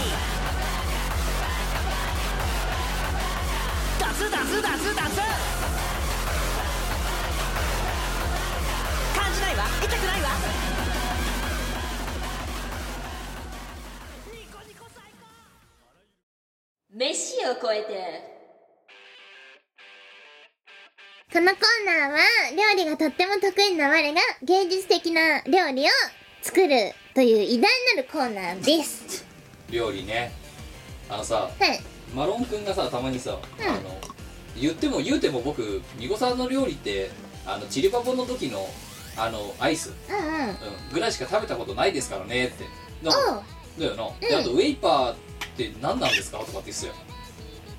Speaker 7: ダスダスダスダス感じないわ痛くないわ
Speaker 3: 飯を超えて
Speaker 2: このコーナーは料理がとっても得意な我が芸術的な料理を作るという偉大なるコーナーです。
Speaker 1: 料理ねあのさ
Speaker 2: はい。
Speaker 1: マロン君がさたまにさ、
Speaker 2: ん
Speaker 1: あの言っても言うても僕ミコさんの料理ってあのチリパコの時のあのアイス、
Speaker 2: うんう
Speaker 1: う
Speaker 2: ん。
Speaker 1: ん、ぐらいしか食べたことないですからねってだ
Speaker 2: おう
Speaker 1: だよな、で
Speaker 2: うん
Speaker 1: あとウェイパーって何なんですかとかって言ってたよ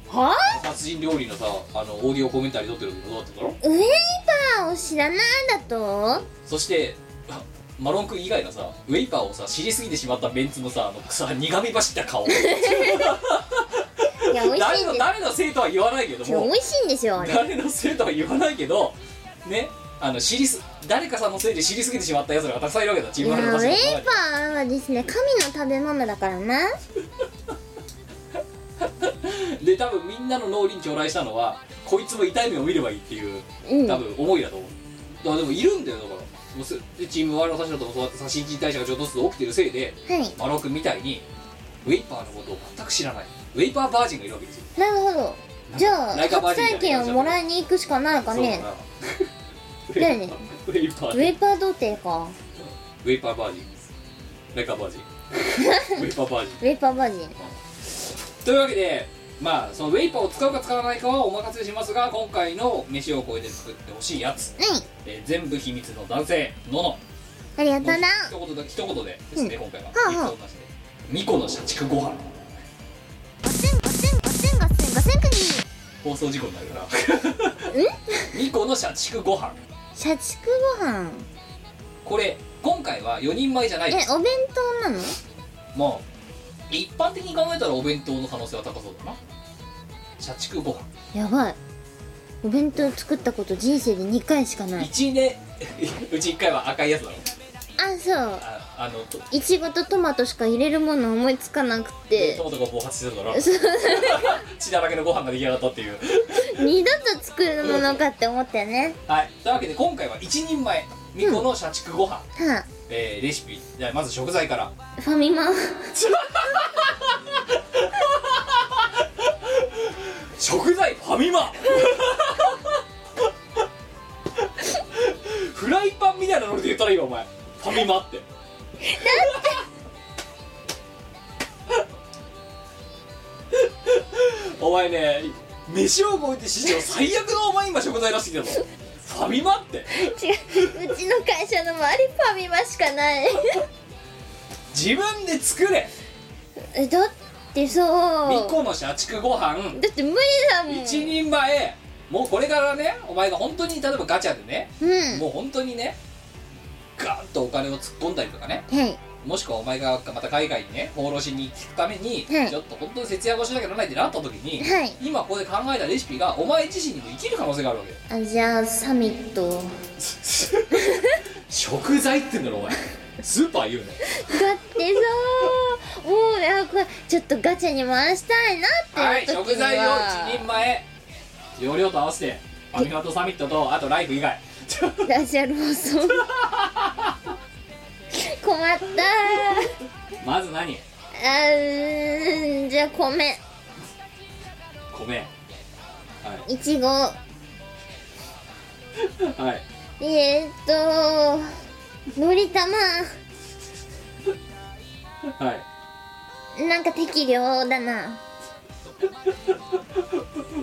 Speaker 2: は
Speaker 1: 殺人料理のさあのオーディオコメンタリー撮ってる時どうだっただろ
Speaker 2: ウェイパーを知らないんだと
Speaker 1: そしてあマロン君以外のさウェイパーをさ知りすぎてしまったメンツのさあのさ苦み走った顔
Speaker 2: いや、美味し
Speaker 1: 誰
Speaker 2: いん
Speaker 1: の
Speaker 2: で
Speaker 1: 誰のせいとは言わないけど
Speaker 2: すよ。
Speaker 1: も
Speaker 2: 美味しいんですよ、あれ。
Speaker 1: 誰のせいとは言わないけどねあの知りす誰かさんのせいで知りすぎてしまったやつらがたくさんいるわけだチ
Speaker 2: い
Speaker 1: ーム
Speaker 2: や
Speaker 1: ワールド
Speaker 2: ウ
Speaker 1: の
Speaker 2: ェイ
Speaker 1: 中に
Speaker 2: パーはですね、神の食べ物だからな。
Speaker 1: で多分みんなの農林に来来したのはこいつも痛い目を見ればいいっていう
Speaker 2: うん。
Speaker 1: 多分思いだと思う、だからでもいるんだよだからもうすでチームワールドの社ともそうやってさ新陳代謝がちょっとずつ起きてるせいで
Speaker 2: はい。
Speaker 1: マロ君みたいにウェイパーのことを全く知らないウェイパーバージンがいるわけですよ
Speaker 2: なるほど。じゃあ、
Speaker 1: ライカバー
Speaker 2: 初
Speaker 1: ジンみたいな
Speaker 2: 体験をもらいに行くしかないのかね。
Speaker 1: そうだ な
Speaker 2: ね
Speaker 1: ウェイパー
Speaker 2: ウェイパー童貞か。
Speaker 1: ウェイパーバージンライカバージン ウェイパーバージン
Speaker 2: ウェイパーバージン。
Speaker 1: というわけでまあそのウェイパーを使うか使わないかはお任せしますが今回の飯を超えて作ってほしいやつ、
Speaker 2: はい。
Speaker 1: えー全部秘密の男性のの
Speaker 2: ありがとうな。
Speaker 1: 一言だけ一言でですね、今回は、
Speaker 2: はあはあ
Speaker 1: 一言なしで二個の社畜ご飯
Speaker 2: ごせんごせんごせんごせんごせんくに。
Speaker 1: 放送事故にな るから2個の社畜ご飯
Speaker 2: 社畜ご飯。
Speaker 1: これ今回は4人前じゃない
Speaker 2: え
Speaker 1: です、
Speaker 2: お弁当なの
Speaker 1: もう一般的に考えたらお弁当の可能性は高そうだな社畜ご飯
Speaker 2: やばい。お弁当作ったこと人生で2回しかない。
Speaker 1: 1年 うち1回は赤いやつだろ
Speaker 2: あ、そう。
Speaker 1: ああのと
Speaker 2: いちごとトマトしか入れるもの思いつかなくて
Speaker 1: トマトが暴発してたから 血だらけのご飯が出来上がったっていう
Speaker 2: 二度と作るものかって思ったよね
Speaker 1: はいというわけで今回は1人前2個の社畜ご飯、
Speaker 2: は
Speaker 1: えーレシピじゃあまず食材から
Speaker 2: あファミマ
Speaker 1: 食材ファミマ フライパンみたいなので言ったらいいわお前ファミマって お前ね飯を超えて史上最悪のお前今食材出してきたのファミマって
Speaker 2: 違ううちの会社の周りファミマしかない
Speaker 1: 自分で作れ
Speaker 2: えだってさ
Speaker 1: 2個の社畜ご飯
Speaker 2: だって無理だもん
Speaker 1: 一人前もうこれからねお前が本当に例えばガチャでね
Speaker 2: うん
Speaker 1: もう本当にねガーンとお金を突っ込んだりとかね
Speaker 2: はい
Speaker 1: もしくはお前がまた海外にね放浪しに行くために、
Speaker 2: はい
Speaker 1: ちょっと本当に節約をしなきゃならないってなった時に、
Speaker 2: はい
Speaker 1: 今ここで考えたレシピがお前自身にも生きる可能性があるわけよ
Speaker 2: あじゃあサミット
Speaker 1: 食材って言うんだろお前スーパー言うね
Speaker 2: だってさもうやこれちょっとガチャに回したいなって
Speaker 1: はい
Speaker 2: 時
Speaker 1: 食
Speaker 2: には
Speaker 1: 材を一人前容量と合わせてファミマとサミットとあとライフ以外
Speaker 2: ラジアル放送困った
Speaker 1: まず何
Speaker 2: あーうんじゃあ米
Speaker 1: 米はい
Speaker 2: ちご
Speaker 1: い、はい、
Speaker 2: えー、っとのりたま
Speaker 1: はい。
Speaker 2: なんか適量だな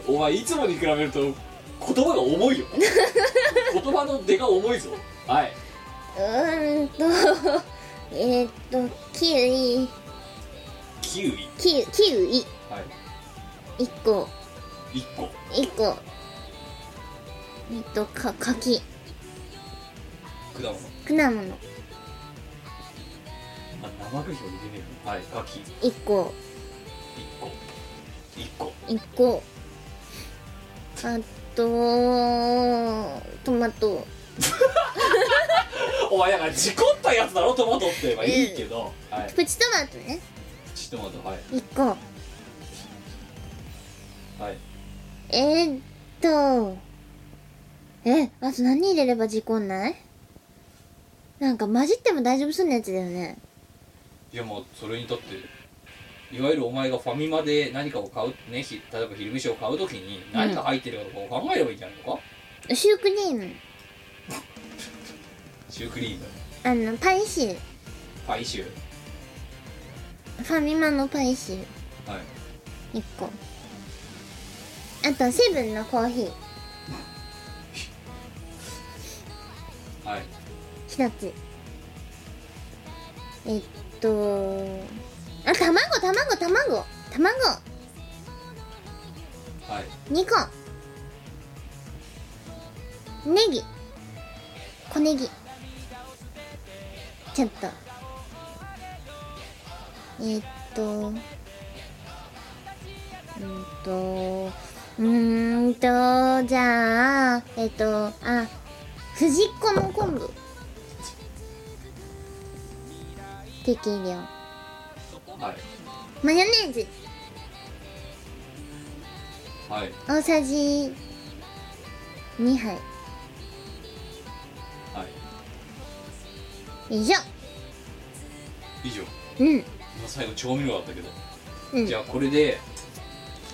Speaker 1: お前いつもに比べると言葉が重い よ言葉の出が重いぞはいう
Speaker 2: ーんと えー、っとキウイ
Speaker 1: キウイ
Speaker 2: キウキウイ
Speaker 1: は
Speaker 2: 1個
Speaker 1: い1個
Speaker 2: 1個えーっとか柿
Speaker 1: 果物
Speaker 2: 果物
Speaker 1: あ生クリーム入れねえよはい柿1
Speaker 2: 1個
Speaker 1: 個1個
Speaker 2: 1個あとトマト
Speaker 1: お前だから事故ったやつだろトマトってまあいいけど、はい
Speaker 2: プチトマトね
Speaker 1: チトマトはい
Speaker 2: 1個
Speaker 1: はい
Speaker 2: えー、っとえあと何入れれば事故んないなんか混じっても大丈夫そうなやつだよね
Speaker 1: いやまあそれにとっていわゆるお前がファミマで何かを買うねひ例えば昼飯を買うときに何が入ってるかとかを考えればいいんじゃないのか、
Speaker 2: シュークリーム
Speaker 1: シュークリーム
Speaker 2: あのパイシュー
Speaker 1: パイシュー
Speaker 2: ファミマのパイシュー
Speaker 1: はい
Speaker 2: 1個あとセブンのコーヒー
Speaker 1: はい
Speaker 2: 1つえっとあ卵卵卵卵
Speaker 1: はい
Speaker 2: 2個ネギ小ネギちょっとえーっとうーんとうーんとじゃあえーっとあ藤子の昆布適量
Speaker 1: はい
Speaker 2: マヨネーズ
Speaker 1: はい
Speaker 2: 大さじ2杯
Speaker 1: はい
Speaker 2: 以上
Speaker 1: 以上
Speaker 2: うん
Speaker 1: 今最後調味料だったけど、
Speaker 2: うん
Speaker 1: じゃあこれで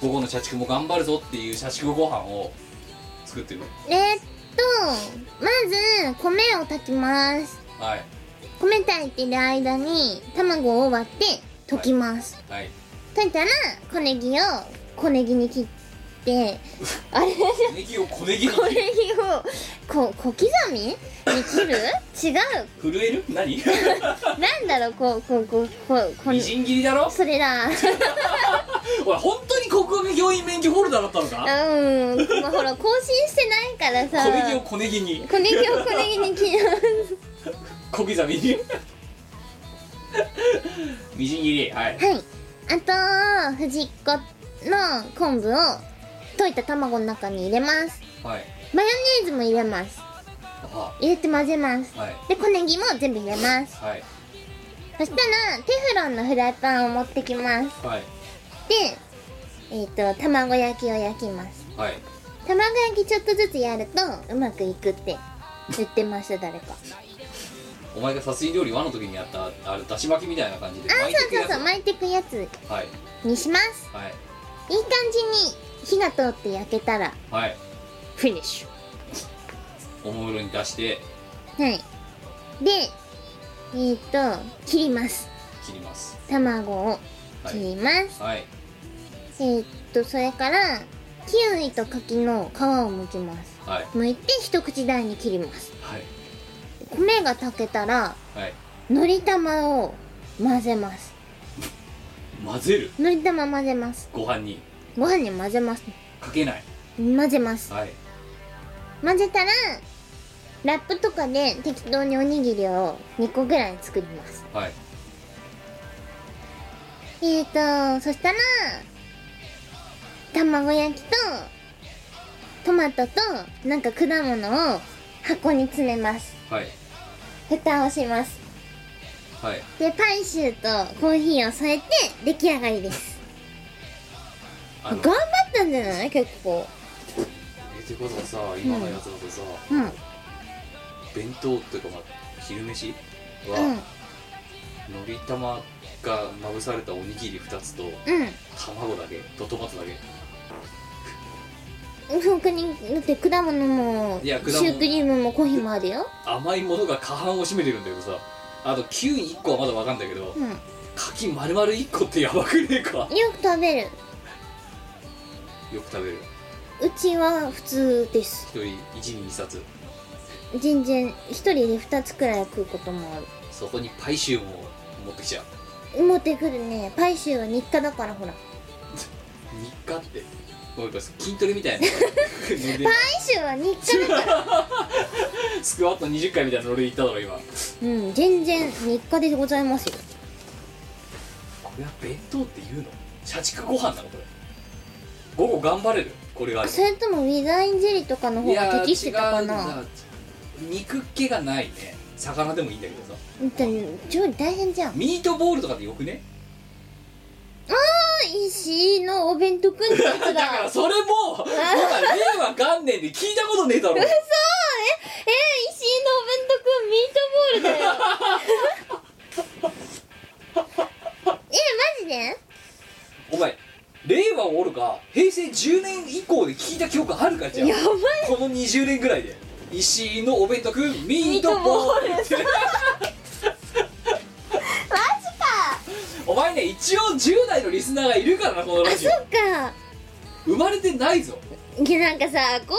Speaker 1: 午後の社畜も頑張るぞっていう社畜ご飯を作ってくる
Speaker 2: えーっとまず米を炊きます
Speaker 1: はい
Speaker 2: 米炊いてる間に卵を割って溶きます、
Speaker 1: はい
Speaker 2: 溶いたら小ネギを小ネギに切 ってあれ
Speaker 1: 小ネギを小ネギに
Speaker 2: 小ネギをこ小刻みに切る違う
Speaker 1: 震える何
Speaker 2: なんだろうこうこうこうこう こ
Speaker 1: み
Speaker 2: う
Speaker 1: じん切りだろ
Speaker 2: それだ
Speaker 1: おい本当に国学教員免許ホルダーだったのか
Speaker 2: うんまあほら更新してないからさ
Speaker 1: 小ネギを小ネギに
Speaker 2: 小ネギを小ネギに切る
Speaker 1: 小刻みにみじん切りはい
Speaker 2: はいあと藤子の昆布を溶いた卵の中に入れます
Speaker 1: はい
Speaker 2: マヨネーズも入れます
Speaker 1: あ
Speaker 2: 入れて混ぜます
Speaker 1: はい
Speaker 2: で小ネギも全部入れます
Speaker 1: はい
Speaker 2: そしたらテフロンのフライパンを持ってきます
Speaker 1: はい
Speaker 2: でえっ、と卵焼きを焼きます
Speaker 1: はい
Speaker 2: 卵焼きちょっとずつやるとうまくいくって言ってました誰か
Speaker 1: お前が殺人料理1の時にやったあれだし巻きみたいな感じで
Speaker 2: あ
Speaker 1: 巻いてく
Speaker 2: そう
Speaker 1: や
Speaker 2: そう
Speaker 1: つ
Speaker 2: そう巻いていくやつ
Speaker 1: はい
Speaker 2: にします
Speaker 1: はい
Speaker 2: いい感じに火が通って焼けたら
Speaker 1: はい
Speaker 9: フィニッシュ
Speaker 1: おもむろに出して
Speaker 2: はい。で、えっ、と、切ります。
Speaker 1: 切ります
Speaker 2: 卵を
Speaker 1: は
Speaker 2: 切
Speaker 1: い
Speaker 2: ります。
Speaker 1: はい
Speaker 2: えっ、と、それから、キウイと柿の皮を剥きます。
Speaker 1: はい
Speaker 2: 剥いて一口大に切ります。
Speaker 1: はい
Speaker 2: 米が炊けたら、
Speaker 1: はい
Speaker 2: のり玉を混ぜます。
Speaker 1: 混ぜる
Speaker 2: のり玉混ぜます。
Speaker 1: ご飯に
Speaker 2: ご飯に混ぜます。
Speaker 1: かけない
Speaker 2: 混ぜます。
Speaker 1: はい
Speaker 2: 混ぜたら、ラップとかで適当におにぎりを2個ぐらい作ります。
Speaker 1: はい
Speaker 2: えーと、そしたら、卵焼きと、トマトと、なんか果物を箱に詰めます。
Speaker 1: はい
Speaker 2: 蓋をします。
Speaker 1: はい
Speaker 4: でパンシューとコーヒーを添えて出来上がりです
Speaker 1: あ
Speaker 4: 頑
Speaker 1: の
Speaker 4: 張ったんじゃない結構
Speaker 1: えってことはさ今のやつだとさ、
Speaker 4: うんうん
Speaker 1: 弁当っていうかまあ昼飯は、のり玉がまぶされたおにぎり2つと
Speaker 4: うん
Speaker 1: 卵だけとトマトだけ
Speaker 4: 他にだって果物も
Speaker 1: い
Speaker 4: シ
Speaker 1: や
Speaker 4: ュ
Speaker 1: 果物
Speaker 4: ークリームもコーヒーもあるよ
Speaker 1: 甘いものが過半を占めてるんだけどさあとキウイ1個はまだわかんだけど
Speaker 4: うんよ
Speaker 1: 柿丸々1個ってやばくねえか
Speaker 4: く食べる
Speaker 1: よく食べる
Speaker 4: うちは普通です
Speaker 1: 1人1人2冊
Speaker 4: 全然一人で2つくらい食うこともある
Speaker 1: そこにパイシューも持ってきちゃう
Speaker 4: 持ってくるねパイシューは日課だからほらパ
Speaker 1: 日課ってごめんなさい筋トレみた いなノリで
Speaker 4: イシューは日課だから
Speaker 1: スクワット20回みたいなノリで言っただろ今
Speaker 4: うん全然日課でございますよ
Speaker 1: これは弁当って言うの社畜ご飯なのこれ午後頑張れるこれがあ
Speaker 4: あ
Speaker 1: る
Speaker 4: それともウィザーインジェリーとかの方が適してたか
Speaker 1: いやー違
Speaker 4: な
Speaker 1: うんだ肉気がないね魚でもいいんだけどさ
Speaker 4: 本当に調理大変じゃん
Speaker 1: ミートボールとかでよくね
Speaker 4: 石井のお弁当くんってや つ
Speaker 1: だから
Speaker 4: だ
Speaker 1: それ も今令和元年で聞いたことねえだろ
Speaker 4: え石井のお弁当くんミートボールだよ えマジで
Speaker 1: お前令和おるか平成10年以降で聞いた記憶あるかじゃんこの20年ぐらいで石井のお弁当くんミートボールって
Speaker 4: マジか
Speaker 1: お前ね一応10代のリスナーがいるからなこのラジオ
Speaker 4: そっか
Speaker 1: 生まれてないぞ
Speaker 2: いやなんかさこういうこ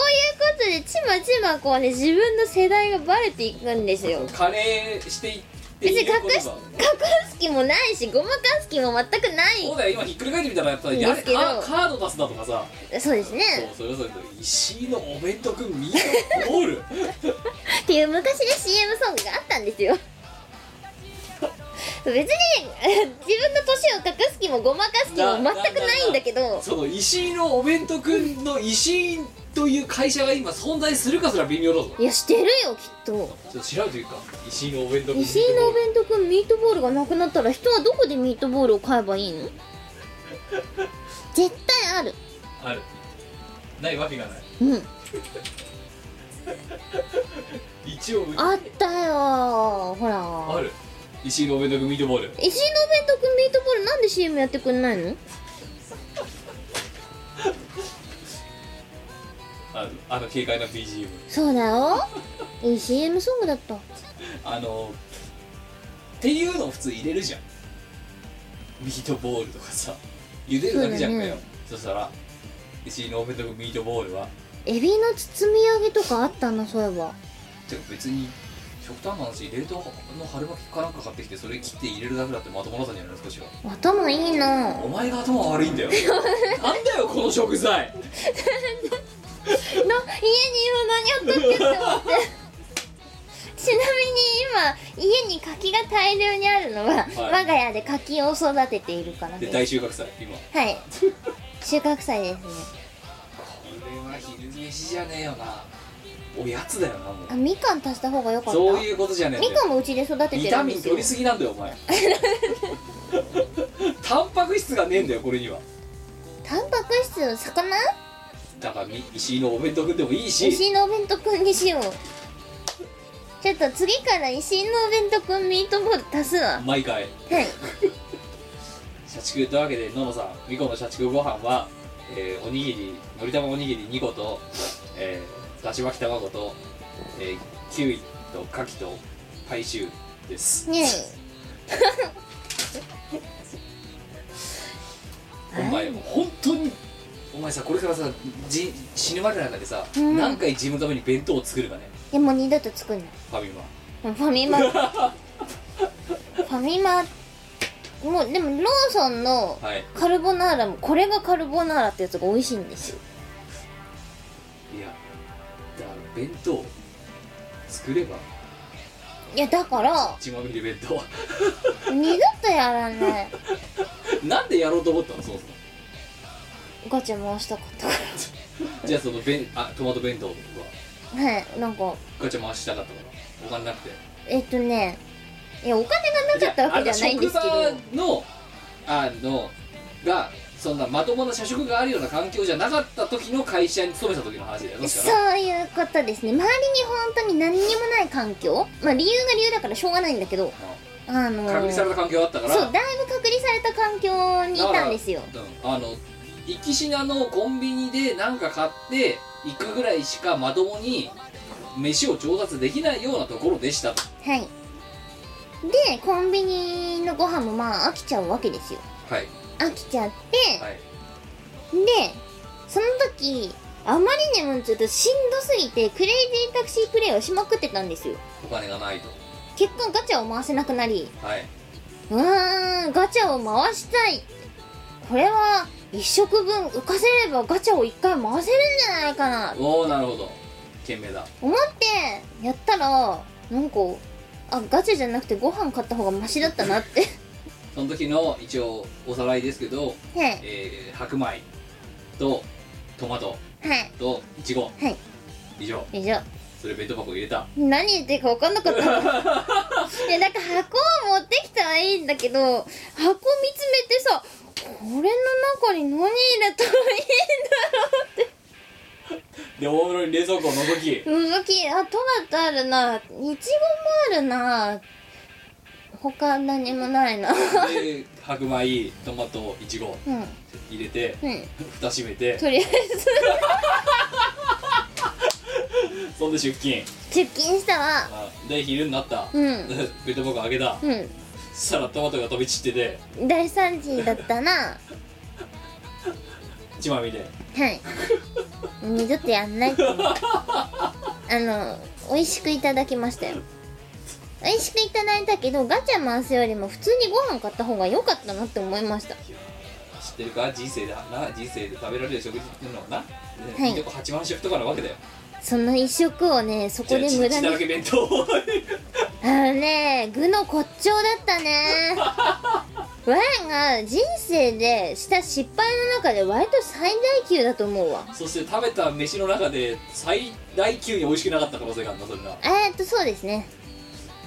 Speaker 2: とでちまちまこうね自分の世代がバレていくんですよ
Speaker 1: カレーしていって
Speaker 2: 別
Speaker 1: い
Speaker 2: に
Speaker 1: いこと
Speaker 2: 隠し
Speaker 1: が
Speaker 2: 隠す気もないしごまかす気も全くな
Speaker 1: そう
Speaker 2: い
Speaker 1: だよ今ひっくり返ってみたらやっぱり
Speaker 2: ですけど
Speaker 1: あカード出すだとかさ
Speaker 2: そうですね
Speaker 1: そうそれぞれ石井のお弁当くんミートボール
Speaker 2: っていう昔ね CM ソングがあった んですよ別に自分の年を隠す気もごまかす気も全くないんだけど
Speaker 1: その石井のお弁当くんの石井という会社が今存在するかすら微妙だぞ
Speaker 2: いやしてるよきっ
Speaker 1: ち
Speaker 2: と
Speaker 1: ょっと調べてみるか石井のお弁当くん
Speaker 2: 石井のお弁当くんミートボールがなくなったら人はどこでミートボールを買えばいいの
Speaker 4: 絶対ある
Speaker 1: あるないわけがない
Speaker 2: うん
Speaker 1: 一応売って
Speaker 4: あったよほら
Speaker 1: ある石井のお弁当くんミートボール
Speaker 2: 石井のお弁当くんミートボールなんで CM やってくんないの
Speaker 1: あのあの軽快な BGM
Speaker 4: そうだよいい CM ソングだった
Speaker 1: あのっていうのを普通入れるじゃんミートボールとかさ茹でるだけじゃんかよそ,、したら石井のお弁当ミートボールは
Speaker 4: エビの包み揚げとかあったなそういえば
Speaker 1: てか別に食パンの話冷凍の春巻きかなんか買ってきてそれ切って入れるだけだってまともだったんじゃないの少しは
Speaker 4: 頭いいな
Speaker 1: お前が頭悪いんだ よなんだよこの食材
Speaker 2: の家にいるのにやっとくって思って ちなみに今家に柿が大量にあるのは、我が家で柿を育てているから
Speaker 1: で
Speaker 2: ね
Speaker 1: 大収穫祭今こ
Speaker 2: はい収穫祭で
Speaker 1: れ
Speaker 2: すね
Speaker 1: は昼飯じゃねえよなおやつだよなも
Speaker 4: あみかん足した方が良か
Speaker 1: う
Speaker 4: った
Speaker 1: そういうことじゃねえんだ
Speaker 4: み
Speaker 1: よ
Speaker 4: かんもうちで育て
Speaker 1: ビ
Speaker 4: てる
Speaker 1: タ
Speaker 4: んで
Speaker 1: ミン
Speaker 4: す
Speaker 1: 取
Speaker 4: よ
Speaker 1: りすぎなんだよお 前タンパク質がねえんだよこれには
Speaker 4: タンパク質の魚
Speaker 1: だからみ石井のお弁当食ってもいいし
Speaker 4: 石井のお弁当くんにしようちょっと次から石井のお弁当くんミートボール足すわ
Speaker 1: 毎回
Speaker 4: はい
Speaker 1: 社畜というわけでののさんみこの社畜ご飯は、えーおにぎりのり玉おにぎり2個と、えー、だし巻き卵と、えーキウイと牡蠣とパイシューです
Speaker 4: ね
Speaker 1: お前本当にお前さこれからさじ死ぬまでの中でさ、
Speaker 4: ん
Speaker 1: 何回自分のために弁当を作るかね
Speaker 4: えでも二度と作んない
Speaker 1: ファミマ
Speaker 4: ファミマファミマもうでもローソンの
Speaker 1: はい
Speaker 4: カルボナーラもこれがカルボナーラってやつが美味しいんですよ
Speaker 1: いやだから弁当作れば
Speaker 4: いやだから
Speaker 1: 血まみれ弁当
Speaker 4: 二度とやらない
Speaker 1: なんでやろうと思ったのそもそも
Speaker 4: ガチャ回したかったか
Speaker 1: じゃあその弁あトマト弁当とから
Speaker 4: はいなんか
Speaker 1: ガチャ回したかったからお金なくて
Speaker 4: えっとね
Speaker 10: いやお金がなかったわけじゃないんですけど
Speaker 1: あれだ職場のあのがそんなまともな社食があるような環境じゃなかった時の会社に勤めた時の話だよ確かな
Speaker 2: そういうことですね周りに本当に何にもない環境まあ理由が理由だからしょうがないんだけどあのー
Speaker 1: 隔離された環境だったから
Speaker 2: そうだいぶ隔離された環境にいたんですよ
Speaker 1: だからうんあの行き品のコンビニで何か買って行くぐらいしかまともに飯を調達できないようなところでしたと
Speaker 2: はいでコンビニのご飯もまあ飽きちゃうわけですよ
Speaker 1: はい
Speaker 2: 飽きちゃって、
Speaker 1: はい
Speaker 2: でその時あまりにもちょっとしんどすぎてクレイジータクシープレイをしまくってたんですよ
Speaker 1: お金がないと
Speaker 2: 結果ガチャを回せなくなり
Speaker 1: はいう
Speaker 2: ーんガチャを回したいこれは一食分浮かせればガチャを一回回せるんじゃないかな
Speaker 1: おおなるほど賢明だ
Speaker 2: 思ってやったらなんかあガチャじゃなくてご飯買った方がマシだったなって
Speaker 1: その時の一応おさらいですけど、
Speaker 2: はい
Speaker 1: えー白米とトマト
Speaker 2: はい
Speaker 1: といちご
Speaker 2: はい
Speaker 1: 以上
Speaker 2: 以上
Speaker 1: それ弁当箱入れた
Speaker 2: 何言ってるか分かんなかったのいやなんか箱を持ってきたらいいんだけど箱見つめてさこれの中に何入れたらいい
Speaker 1: で大室に冷蔵庫を覗 き
Speaker 2: 動きあトマトあるないちごもあるな他何もないなう
Speaker 1: で白米トマトいちご
Speaker 2: ん
Speaker 1: 入れて
Speaker 2: うん
Speaker 1: 蓋閉め て
Speaker 2: とりあえず
Speaker 1: そんで出勤
Speaker 2: 出勤したわ
Speaker 1: あで昼になった、
Speaker 2: うん
Speaker 1: 弁当箱開けた
Speaker 2: う
Speaker 1: そしたらトマトが飛び散ってて
Speaker 2: ん大惨事だったな
Speaker 1: 一枚見て
Speaker 2: はい二度とやんないって思ったあの美味しくいただきましたよ美味しくいただいたけどガチャ回すよりも普通にご飯買った方が良かったなって思いました
Speaker 1: 知ってるか人生でな人生で食べられる食事っていうのはな、で
Speaker 2: はい
Speaker 1: いいとこ8万食とかなわけだよ
Speaker 2: その一食をねそこで無駄
Speaker 1: じゃあ一日
Speaker 2: に
Speaker 1: だらけ弁当 を
Speaker 2: あのね具の骨頂だった ね我が人生でした失敗の中で割と最大級だと思うわ
Speaker 1: そして食べた飯の中で最大級に美味しくなかった可能性があるなそれな
Speaker 2: えーっとそうですね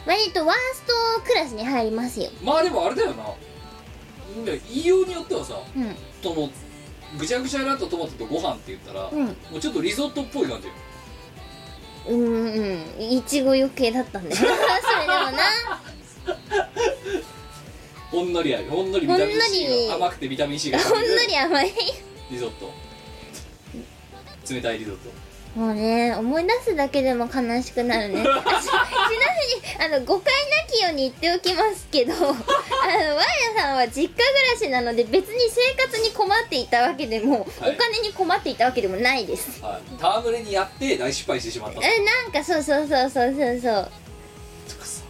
Speaker 2: 割とワーストクラスに入りますよ
Speaker 1: まあでもあれだよなで言いようによってはさ
Speaker 2: うん
Speaker 1: そのぐちゃぐちゃなとトマトとご飯って言ったら、
Speaker 2: うん
Speaker 1: もうちょっとリゾットっぽい感じよ
Speaker 2: うんうんいちご余計だったんだよ それでもな
Speaker 1: ほんのりあるほんのりビタミン C が
Speaker 2: ほんのり
Speaker 1: 甘くてビタミン C が
Speaker 2: ほんのり甘い
Speaker 1: リゾット冷たいリゾット
Speaker 2: もうね思い出すだけでも悲しくなる ねあちちなみにあの誤解なきように言っておきますけ どあの我らさんは実家暮らしなので別に生活に困っていたわけでも、
Speaker 1: はい
Speaker 2: お金に困っていたわけでもないです
Speaker 1: はい戯れにやって大失敗してしまったとか
Speaker 2: えなんかそうそうそうそうそうそう
Speaker 1: さ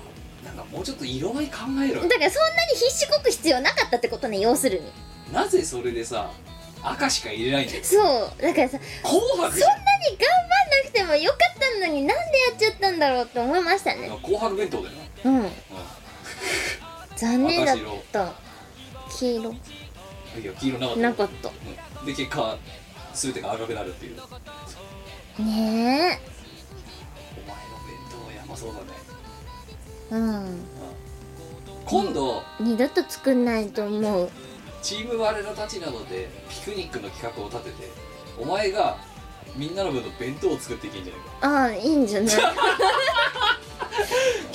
Speaker 1: なんかもうちょっと色合い考えろよ
Speaker 2: だからそんなに必死こく必要なかったってことね要するに
Speaker 1: なぜそれでさ赤しか入れないんだよ
Speaker 2: そうだから
Speaker 1: 紅
Speaker 2: さ
Speaker 1: 白じ
Speaker 2: そんなに頑張んなくてもよかったのになんでやっちゃったんだろうって思いました
Speaker 1: ゃん
Speaker 2: ね
Speaker 1: 紅白弁当だよな
Speaker 2: うん
Speaker 1: う
Speaker 2: 残念だった黄色
Speaker 1: んいや黄色なかった
Speaker 2: なかった
Speaker 1: うんで結果全てが赤くなるっていうお前の弁
Speaker 2: ね
Speaker 1: 当はやばそうだね
Speaker 2: えうん
Speaker 1: 今度、
Speaker 2: 二度と作んないと思う
Speaker 1: チーム我らたちなどでピクニックの企画を立ててお前がみんなの分の弁当を作っていけんじゃないか
Speaker 2: ああいいんじゃ ない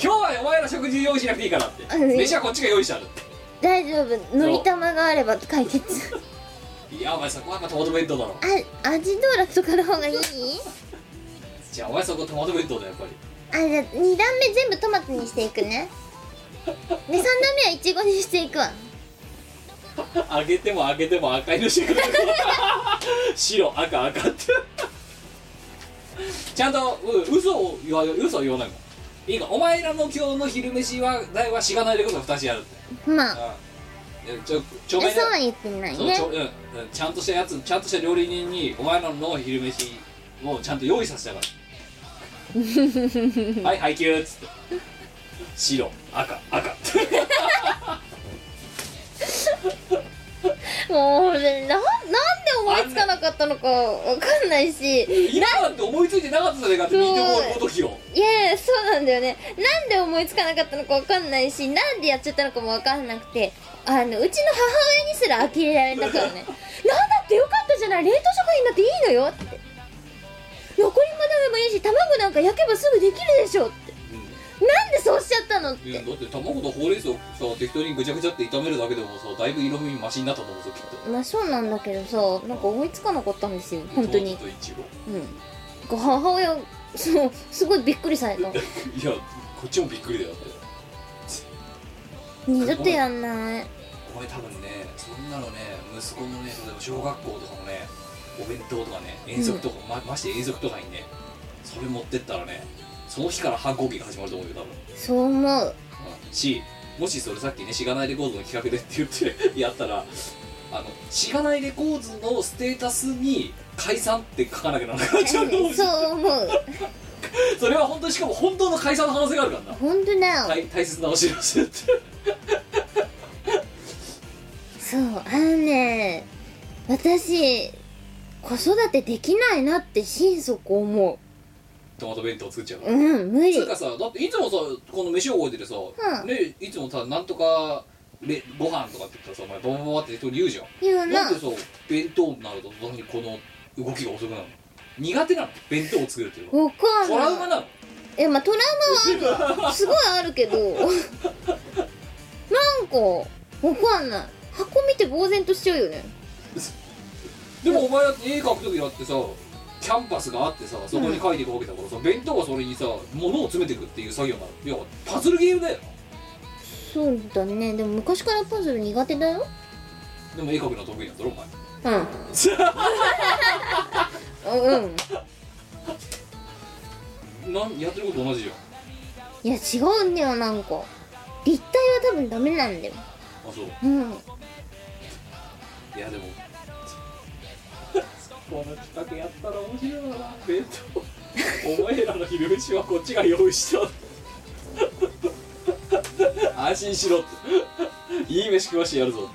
Speaker 1: 今日はお前ら食事用意しなくていいからって
Speaker 2: うん
Speaker 1: 飯はこっちが用意したんだっ
Speaker 2: 大丈夫のり玉があれば解決
Speaker 1: ていやお前そこはまあトマト弁当だろ
Speaker 2: あ味道楽とかの方がいい
Speaker 1: じゃあお前そこトマト弁当だよやっぱり
Speaker 2: あじゃあ2段目全部トマトにしていくねで3段目はいちごにしていくわ
Speaker 1: 揚げても揚げても赤いのしてくる白赤赤ってちゃんと、うん、嘘を言わ嘘を言わないもんいいかお前らの今日の昼飯は代はしがないでこと2つやるって
Speaker 2: まあ
Speaker 1: うんちょちょめ
Speaker 2: 嘘は言ってない
Speaker 1: そう
Speaker 2: ね
Speaker 1: ちょ、うんうん、ちゃんとしたやつちゃんとした料理人にお前らの昼飯をちゃんと用意させたから はい配給っつって 白赤赤
Speaker 2: もう俺ななんで思いつかなかったのかわかんないし
Speaker 1: 今なんて思いついてなかったじゃないかって
Speaker 2: そう
Speaker 1: ミートボールごときを
Speaker 2: いやいやそうなんだよねなんで思いつかなかったのかわかんないしなんでやっちゃったのかもわかんなくてあのうちの母親にすら呆れられた からねなんだってよかったじゃない冷凍食品だっていいのよって残りも食べばいいし卵なんか焼けばすぐできるでしょってなんでそうしちゃったのって
Speaker 1: いやだって卵とほうれん草をさ適当にぐちゃぐちゃって炒めるだけでもさだいぶ色味マシになったと思うぞきっと
Speaker 2: まあそうなんだけどさなんか思いつかなかったんですよ本当に
Speaker 1: トマトとイチゴ
Speaker 2: うん母親そうすごいびっくりされ た
Speaker 1: いやこっちもびっくりだよだって
Speaker 2: 二度とやんない
Speaker 1: お前多分ねそんなのね息子のね例えば小学校とかのねお弁当とかね遠足とか、ままして遠足とかにねそれ持ってったらねその日から反抗期が始まると思うよ多分
Speaker 2: そう思う
Speaker 1: しもしそれさっきね「しがないレコーズ」の企画でって言ってやったらあの「しがないレコーズ」のステータスに「解散」って書かなきゃならなくなっちゃうと思うし
Speaker 2: そう思う
Speaker 1: それは本当にしかも本当の解散の可能性があるからな
Speaker 2: 本当だよ、
Speaker 1: 大大切なお知らせって
Speaker 2: そうあのね私子育てできないなって心底思
Speaker 1: トマト弁当作っちゃうか
Speaker 2: う
Speaker 1: ら、
Speaker 2: うん無
Speaker 1: つ
Speaker 2: 理
Speaker 1: うかさだっていつもさこの飯を覚えててさ、
Speaker 2: うん
Speaker 1: ねいつもさなんとかレご飯とかって言ったらさお前ババババって人言うじゃん
Speaker 2: 言う
Speaker 1: な
Speaker 2: なん
Speaker 1: でさ弁当になると何この動きが遅くなるの苦手なの弁当を作るっていうのは
Speaker 2: わかん
Speaker 1: トラウ
Speaker 2: な
Speaker 1: マ
Speaker 2: い
Speaker 1: なの
Speaker 2: えまあトラウマ はあるすごいあるけどなんかわかんない箱見て呆然としちゃうよね
Speaker 1: でもお前だって絵描く時だってさキャンパスがあってさそこに描いていくわけだからさ、弁当はそれにさ物を詰めていくっていう作業なのいやパズルゲームだよ
Speaker 2: そうだねでも昔からパズル苦手だよ
Speaker 1: でも絵描くの得意なんだろお前
Speaker 2: うん うんうん
Speaker 1: なんやってること同じじゃん
Speaker 2: いや違うんだよなんか立体は多分ダメなんだよ
Speaker 1: あそう
Speaker 2: うん
Speaker 1: いやでもこの企画やったら面白いな弁当お前らの昼飯はこっちが用意しと安心しろっていい飯食わしてやるぞ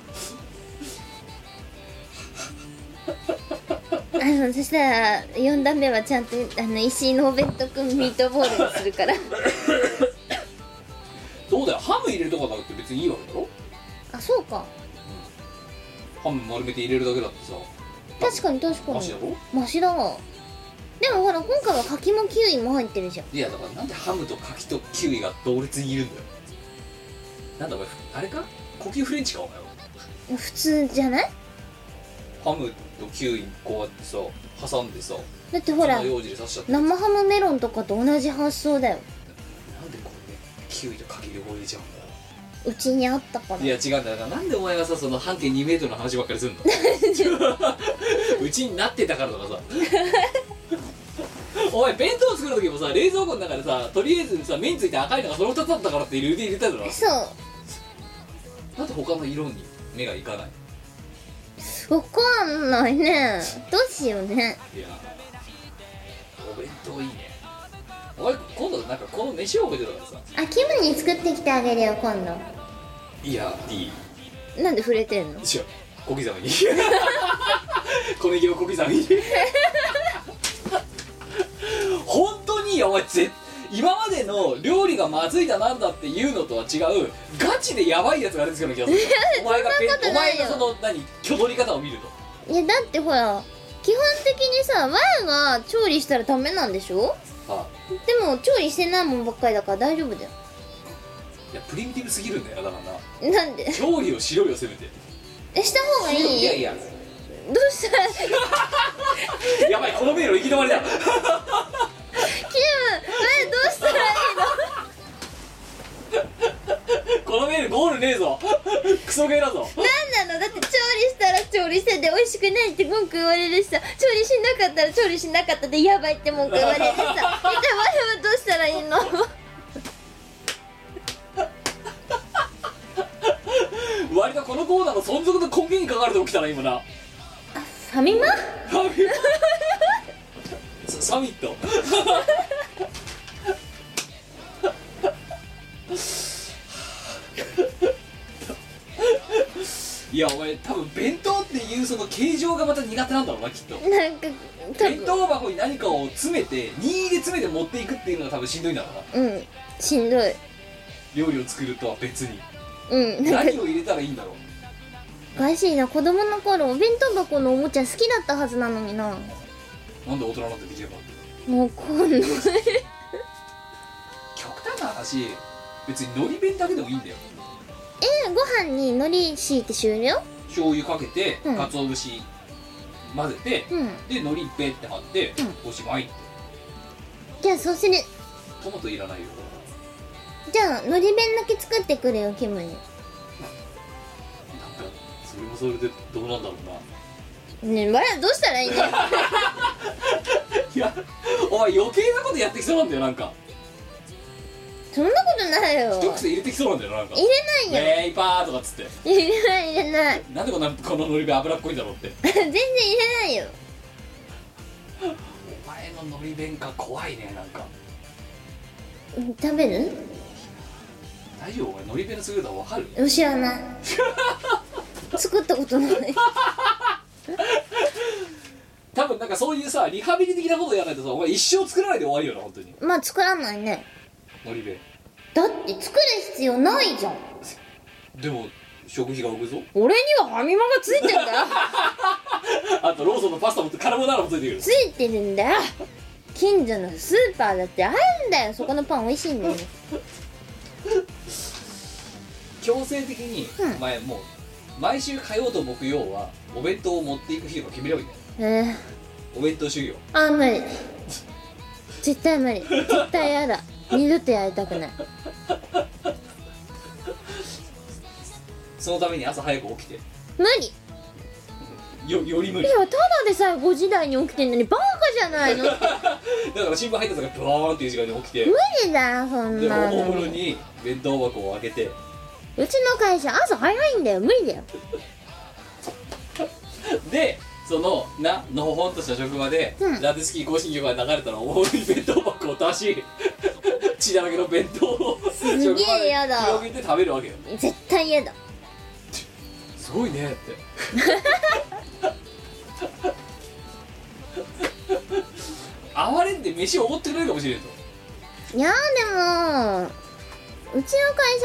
Speaker 2: あのそしたら4段目はちゃんとあの石井のお弁当くんミートボールにするから
Speaker 1: どうだよハム入れるとかだって別にいいわけだろ
Speaker 2: あそうか
Speaker 1: ハム丸めて入れるだけだってさ
Speaker 2: 確かに確か
Speaker 1: マシ
Speaker 2: に
Speaker 1: だろ
Speaker 2: マシだわでもほら今回は柿もキウイも入ってるじゃん
Speaker 1: いやだからなんでハムと柿とキウイが同列にいるんだよなんだお前あれか呼吸フレンチかお前は
Speaker 2: 普通じゃない
Speaker 1: ハムとキウイこうやってさ挟んでさ
Speaker 2: だってほら
Speaker 1: その用事で刺しちゃって
Speaker 2: 生ハムメロンとかと同じ発想だよ
Speaker 1: なんでこれねキウイと柿両方入れちゃうんだよ
Speaker 2: うちにあったから
Speaker 1: いや違うんだよだからなんでお前がさその半径2メートルの話ばっかり するのうちになってたからとかさ お前弁当作る時もさ冷蔵庫の中でさとりあえずさ目について赤いのがその2つあったからって入れて入れただろ
Speaker 2: そう
Speaker 1: なんで他の色に目がいかない
Speaker 2: わかんないねどうしようね
Speaker 1: いやお弁当いいねお前今度なんかこの飯を覚えてたからさ
Speaker 2: あキムに作ってきてあげるよ今
Speaker 1: いやいい
Speaker 2: 度なんで触れてんの
Speaker 1: 違う小刻みに 小ネギを小刻みに 本当にいいよお前ぜ今までの料理がまずいだなんだっていうのとは違うガチでヤバいやつがあるんですけど気がするお前がペ
Speaker 2: そ
Speaker 1: お
Speaker 2: んなことない
Speaker 1: 前
Speaker 2: よ
Speaker 1: のその何挙取り方を見ると
Speaker 2: いやだってほら基本的にさわやが調理したらダメなんでしょ
Speaker 1: あ
Speaker 2: でも調理してないもんばっかりだから大丈夫だよ
Speaker 1: いやプリミティブすぎるんだよだからな
Speaker 2: なんで
Speaker 1: 調理をしろよせめて
Speaker 2: えした方がいい
Speaker 1: いやいや
Speaker 2: どうしたらキム
Speaker 1: やばいこの迷路行き止まりだ
Speaker 2: えどうしたらいいの
Speaker 1: この迷路ゴールねえぞクソゲーだぞ
Speaker 2: 何なのだ って調理したら調理してて美味しくないって文句言われるしさ調理しなかったら調理しなかったでやばいって文句言われるしさ一体わやはどうしたらいいの
Speaker 1: 割とこのコーナーの存続の根源にかかるとこ来たな今な
Speaker 2: ファミマ
Speaker 1: サミットサミットいやお前多分弁当っていうその形状がまた苦手なんだろうなきっと
Speaker 2: なんか多
Speaker 1: 弁
Speaker 2: 分
Speaker 1: 当箱に何かを詰めて任意で詰めて持っていくっていうのが多分しんどいんだろうな
Speaker 2: うんしんどい
Speaker 1: 料理を作るとは別に
Speaker 2: うんなんか
Speaker 1: 何を入れたらいいんだろう
Speaker 2: おかしいな子供の頃お弁当箱のおもちゃ好きだったはずなのにな
Speaker 1: なんで大人になってできれば
Speaker 2: もうこんな
Speaker 1: 極端な話別に海苔弁だけでもいいんだよ
Speaker 2: ご飯に海苔敷いて終了
Speaker 1: 醤油かけて
Speaker 2: うん
Speaker 1: 鰹節混ぜて、
Speaker 2: うん
Speaker 1: で海苔べって貼って、おしまい
Speaker 2: じゃあそうする
Speaker 1: トマトいらないよ
Speaker 2: じゃあ海苔弁だけ作ってくれよキムに
Speaker 1: なんかそれもそれでどうなんだろうな
Speaker 2: ねえわらどうしたらいい んだよ
Speaker 1: いやお前余計なことやってきそうなんだよなんか
Speaker 2: そんなことないよ
Speaker 1: 一癖入れてきそうなんだよなんか
Speaker 2: 入れないよ
Speaker 1: レイパーとかっつって
Speaker 2: 入れない入れない
Speaker 1: なんでこんなこの海苔弁脂っこいんだろうって
Speaker 2: 全然入れないよ
Speaker 1: お前の海苔弁か怖いねなんか
Speaker 2: 食べる
Speaker 1: 大丈夫お前海苔弁の優れたわかる
Speaker 2: うん知らない 作ったことない
Speaker 1: 多分なんかそういうさリハビリ的なことやらないとさお前一生作らないで終わるよな本当に
Speaker 2: まあ作らないね
Speaker 1: 海苔弁
Speaker 2: だって作る必要ないじゃん
Speaker 1: でも食費が浮くぞ
Speaker 11: 俺にはファミマがついてんだよ
Speaker 1: あとローソンのパスタもカルボナーラもついてくる
Speaker 2: ついてるんだよ近所のスーパーだってあるんだよそこのパン美味しいんだよ
Speaker 1: 強制的に
Speaker 2: うん
Speaker 1: 前もう毎週火曜と木曜はお弁当を持っていく日を決めればいいんだよ
Speaker 2: え
Speaker 1: お弁当修行
Speaker 2: ー、あ無理絶対無理絶対やだ二度とやりたくない
Speaker 1: そのために朝早く起きて
Speaker 2: 無理
Speaker 1: よより無理
Speaker 2: いやただでさえ5時台に起きてんのにバカじゃないの無
Speaker 1: だから新聞配達がブワーンっていう時間に起きて
Speaker 2: 理だよそん
Speaker 1: で
Speaker 2: な
Speaker 1: おもむろ
Speaker 2: の
Speaker 1: に弁当箱を開けて
Speaker 2: うちの会社朝早いんだよ無理だよ
Speaker 1: でそのなのほほんとした職場で、
Speaker 2: うん
Speaker 1: ラテスキー行進曲が流れたらおもむろに弁当箱を出し血だらけの弁当を
Speaker 2: げ
Speaker 1: 職場
Speaker 2: え
Speaker 1: で
Speaker 2: やだ
Speaker 1: 広げて食べるわけよ
Speaker 2: 絶対嫌だ
Speaker 1: すごいねって哀れんで飯をおごってくれるかもしれんと
Speaker 2: いやーでもうちの会社